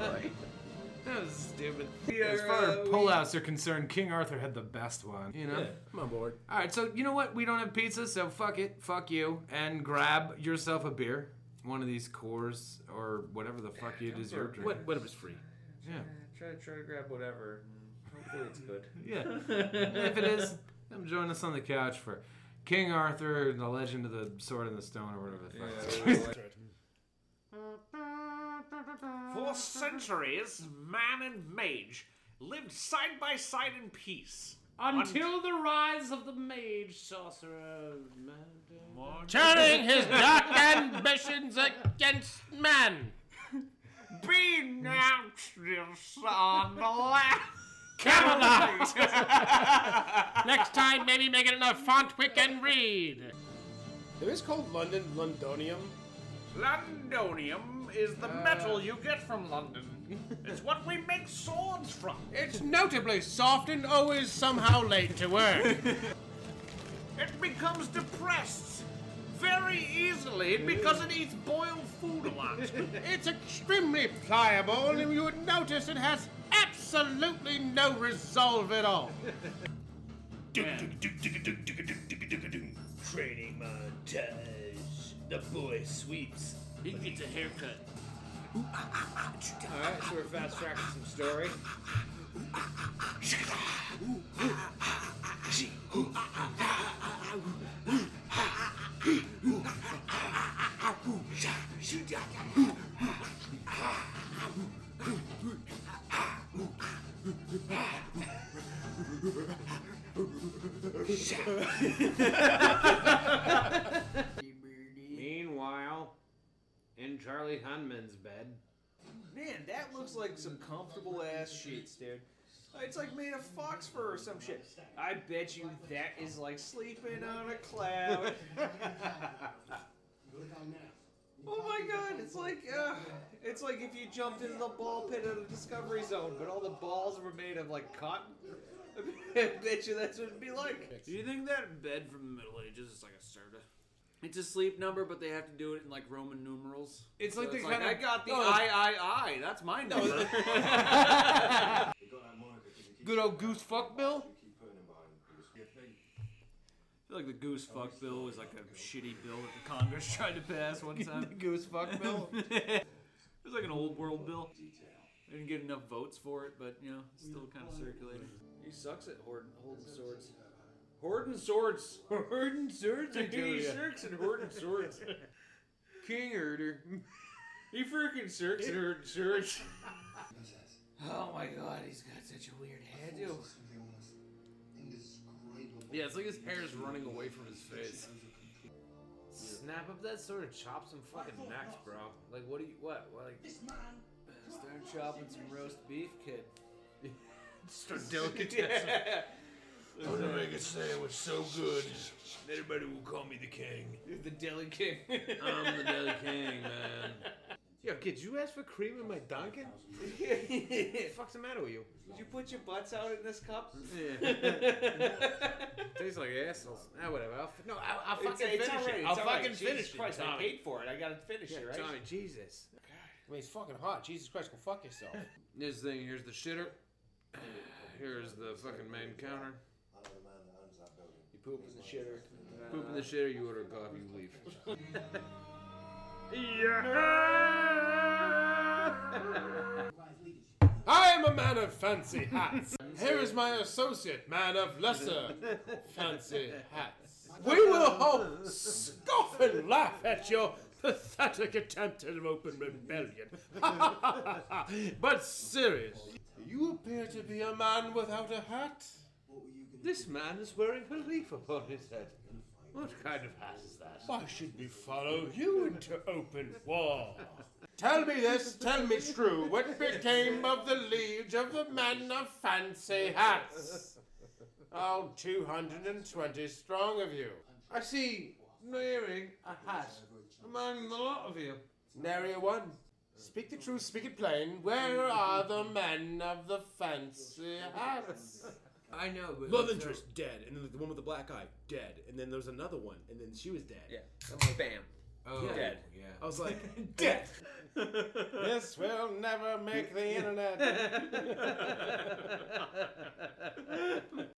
[SPEAKER 6] That was stupid. uh,
[SPEAKER 5] As far as pullouts are concerned, King Arthur had the best one. You know.
[SPEAKER 4] I'm on board.
[SPEAKER 3] All right, so you know what? We don't have pizza, so fuck it, fuck you, and grab yourself a beer, one of these Coors or whatever the fuck it is you're drinking.
[SPEAKER 4] What, whatever's free.
[SPEAKER 3] Yeah,
[SPEAKER 6] Try, try to grab whatever. Hopefully it's good.
[SPEAKER 3] yeah. if it is, come join us on the couch for King Arthur and the Legend of the Sword and the Stone or whatever the fuck.
[SPEAKER 8] For centuries, man and mage lived side by side in peace.
[SPEAKER 6] Until the rise of the mage sorcerer.
[SPEAKER 8] Turning his
[SPEAKER 6] Dark ambitions against man.
[SPEAKER 8] being youngsters on the left.
[SPEAKER 6] Next time, maybe make it in a font we can read.
[SPEAKER 4] It was called London Londonium.
[SPEAKER 8] Londonium is the metal you get from London. It's what we make swords from.
[SPEAKER 6] It's notably soft and always somehow late to work.
[SPEAKER 8] It becomes depressed very easily because it eats boiled food a lot.
[SPEAKER 6] it's extremely pliable, and you would notice it has absolutely no resolve at all.
[SPEAKER 8] Training montage. The boy sweeps. He gets a haircut.
[SPEAKER 6] All right, so we're fast tracking some story. Meanwhile, in Charlie Hunman's bed.
[SPEAKER 1] Man, that looks like some comfortable ass sheets, dude. It's like made of fox fur or some shit. I bet you that is like sleeping on a cloud. oh my god, it's like uh, it's like if you jumped into the ball pit of the Discovery Zone, but all the balls were made of like cotton. I bet you that's what it'd be like.
[SPEAKER 6] Do you think that bed from the Middle Ages is like a Serta? It's a sleep number, but they have to do it in like Roman numerals.
[SPEAKER 3] It's like they
[SPEAKER 6] it's like,
[SPEAKER 3] kinda-
[SPEAKER 6] I got the
[SPEAKER 1] Oh.
[SPEAKER 3] No,
[SPEAKER 6] I I I. That's my number.
[SPEAKER 3] Good old goose fuck bill.
[SPEAKER 6] I feel like the goose fuck bill was like a shitty bill that the Congress tried to pass one time.
[SPEAKER 3] Goose fuck bill.
[SPEAKER 6] It was like an old world bill. They didn't get enough votes for it, but you know, it's still kind of circulating.
[SPEAKER 1] He sucks at hoarding, holding swords.
[SPEAKER 6] Hoarding swords.
[SPEAKER 1] Hoarding swords? I
[SPEAKER 6] He
[SPEAKER 1] tell ya.
[SPEAKER 6] shirks and hoarding swords. King Herder. He freaking shirks and hoarding swords.
[SPEAKER 1] Oh my god, he's got such a weird hairdo.
[SPEAKER 6] Yeah, it's like his hair is running away from his face. Snap up that sword or chop some fucking necks, bro. Like, what do you, what, what like?
[SPEAKER 1] Start chopping some roast beef, kid.
[SPEAKER 6] Start delicatessen.
[SPEAKER 5] I'm gonna make a sandwich so good, everybody will call me the king.
[SPEAKER 1] The Deli King.
[SPEAKER 6] I'm the Deli King, man.
[SPEAKER 3] Yo, kid, you ask for cream in my Dunkin'?
[SPEAKER 1] Did
[SPEAKER 3] fuck's the matter with you?
[SPEAKER 1] you put your butts out in this cup?
[SPEAKER 3] Tastes like assholes. Ah, whatever. I'll f- no, I'll, I'll fucking
[SPEAKER 1] It's, it's
[SPEAKER 3] finish
[SPEAKER 1] alright.
[SPEAKER 3] it.
[SPEAKER 1] It's
[SPEAKER 3] I'll
[SPEAKER 1] all
[SPEAKER 3] fucking
[SPEAKER 1] right. Jesus
[SPEAKER 3] finish it.
[SPEAKER 1] Christ, I
[SPEAKER 3] Tommy.
[SPEAKER 1] paid for it. I gotta finish it, right?
[SPEAKER 3] Tommy, Jesus.
[SPEAKER 4] I mean, it's fucking hot. Jesus Christ, go fuck yourself.
[SPEAKER 3] This thing here's the shitter. Here's the fucking main counter.
[SPEAKER 1] You poop in the shitter.
[SPEAKER 3] Poop in the shitter. You order coffee. You leave.
[SPEAKER 8] Yeah.
[SPEAKER 4] man of fancy hats. Here is my associate, man of lesser fancy hats. We will all scoff and laugh at your pathetic attempt at an open rebellion. but seriously, you appear to be a man without a hat.
[SPEAKER 13] This man is wearing a leaf upon his head. What kind of hat is that?
[SPEAKER 4] Why should we follow you into open war? Tell me this, tell me true, what became of the liege of the men of fancy hats? Oh, All 220 strong of you.
[SPEAKER 13] I see wearing a hat among the lot of you.
[SPEAKER 4] Nary a one. Speak the truth, speak it plain. Where are the men of the fancy hats?
[SPEAKER 14] I know, but
[SPEAKER 15] Love
[SPEAKER 14] so-
[SPEAKER 15] interest dead, and then the one with the black eye dead, and then there's another one, and then she was dead.
[SPEAKER 16] Yeah. I'm bam.
[SPEAKER 14] Oh,
[SPEAKER 16] Dead.
[SPEAKER 14] Yeah.
[SPEAKER 15] I was like, dead.
[SPEAKER 4] This will never make the internet.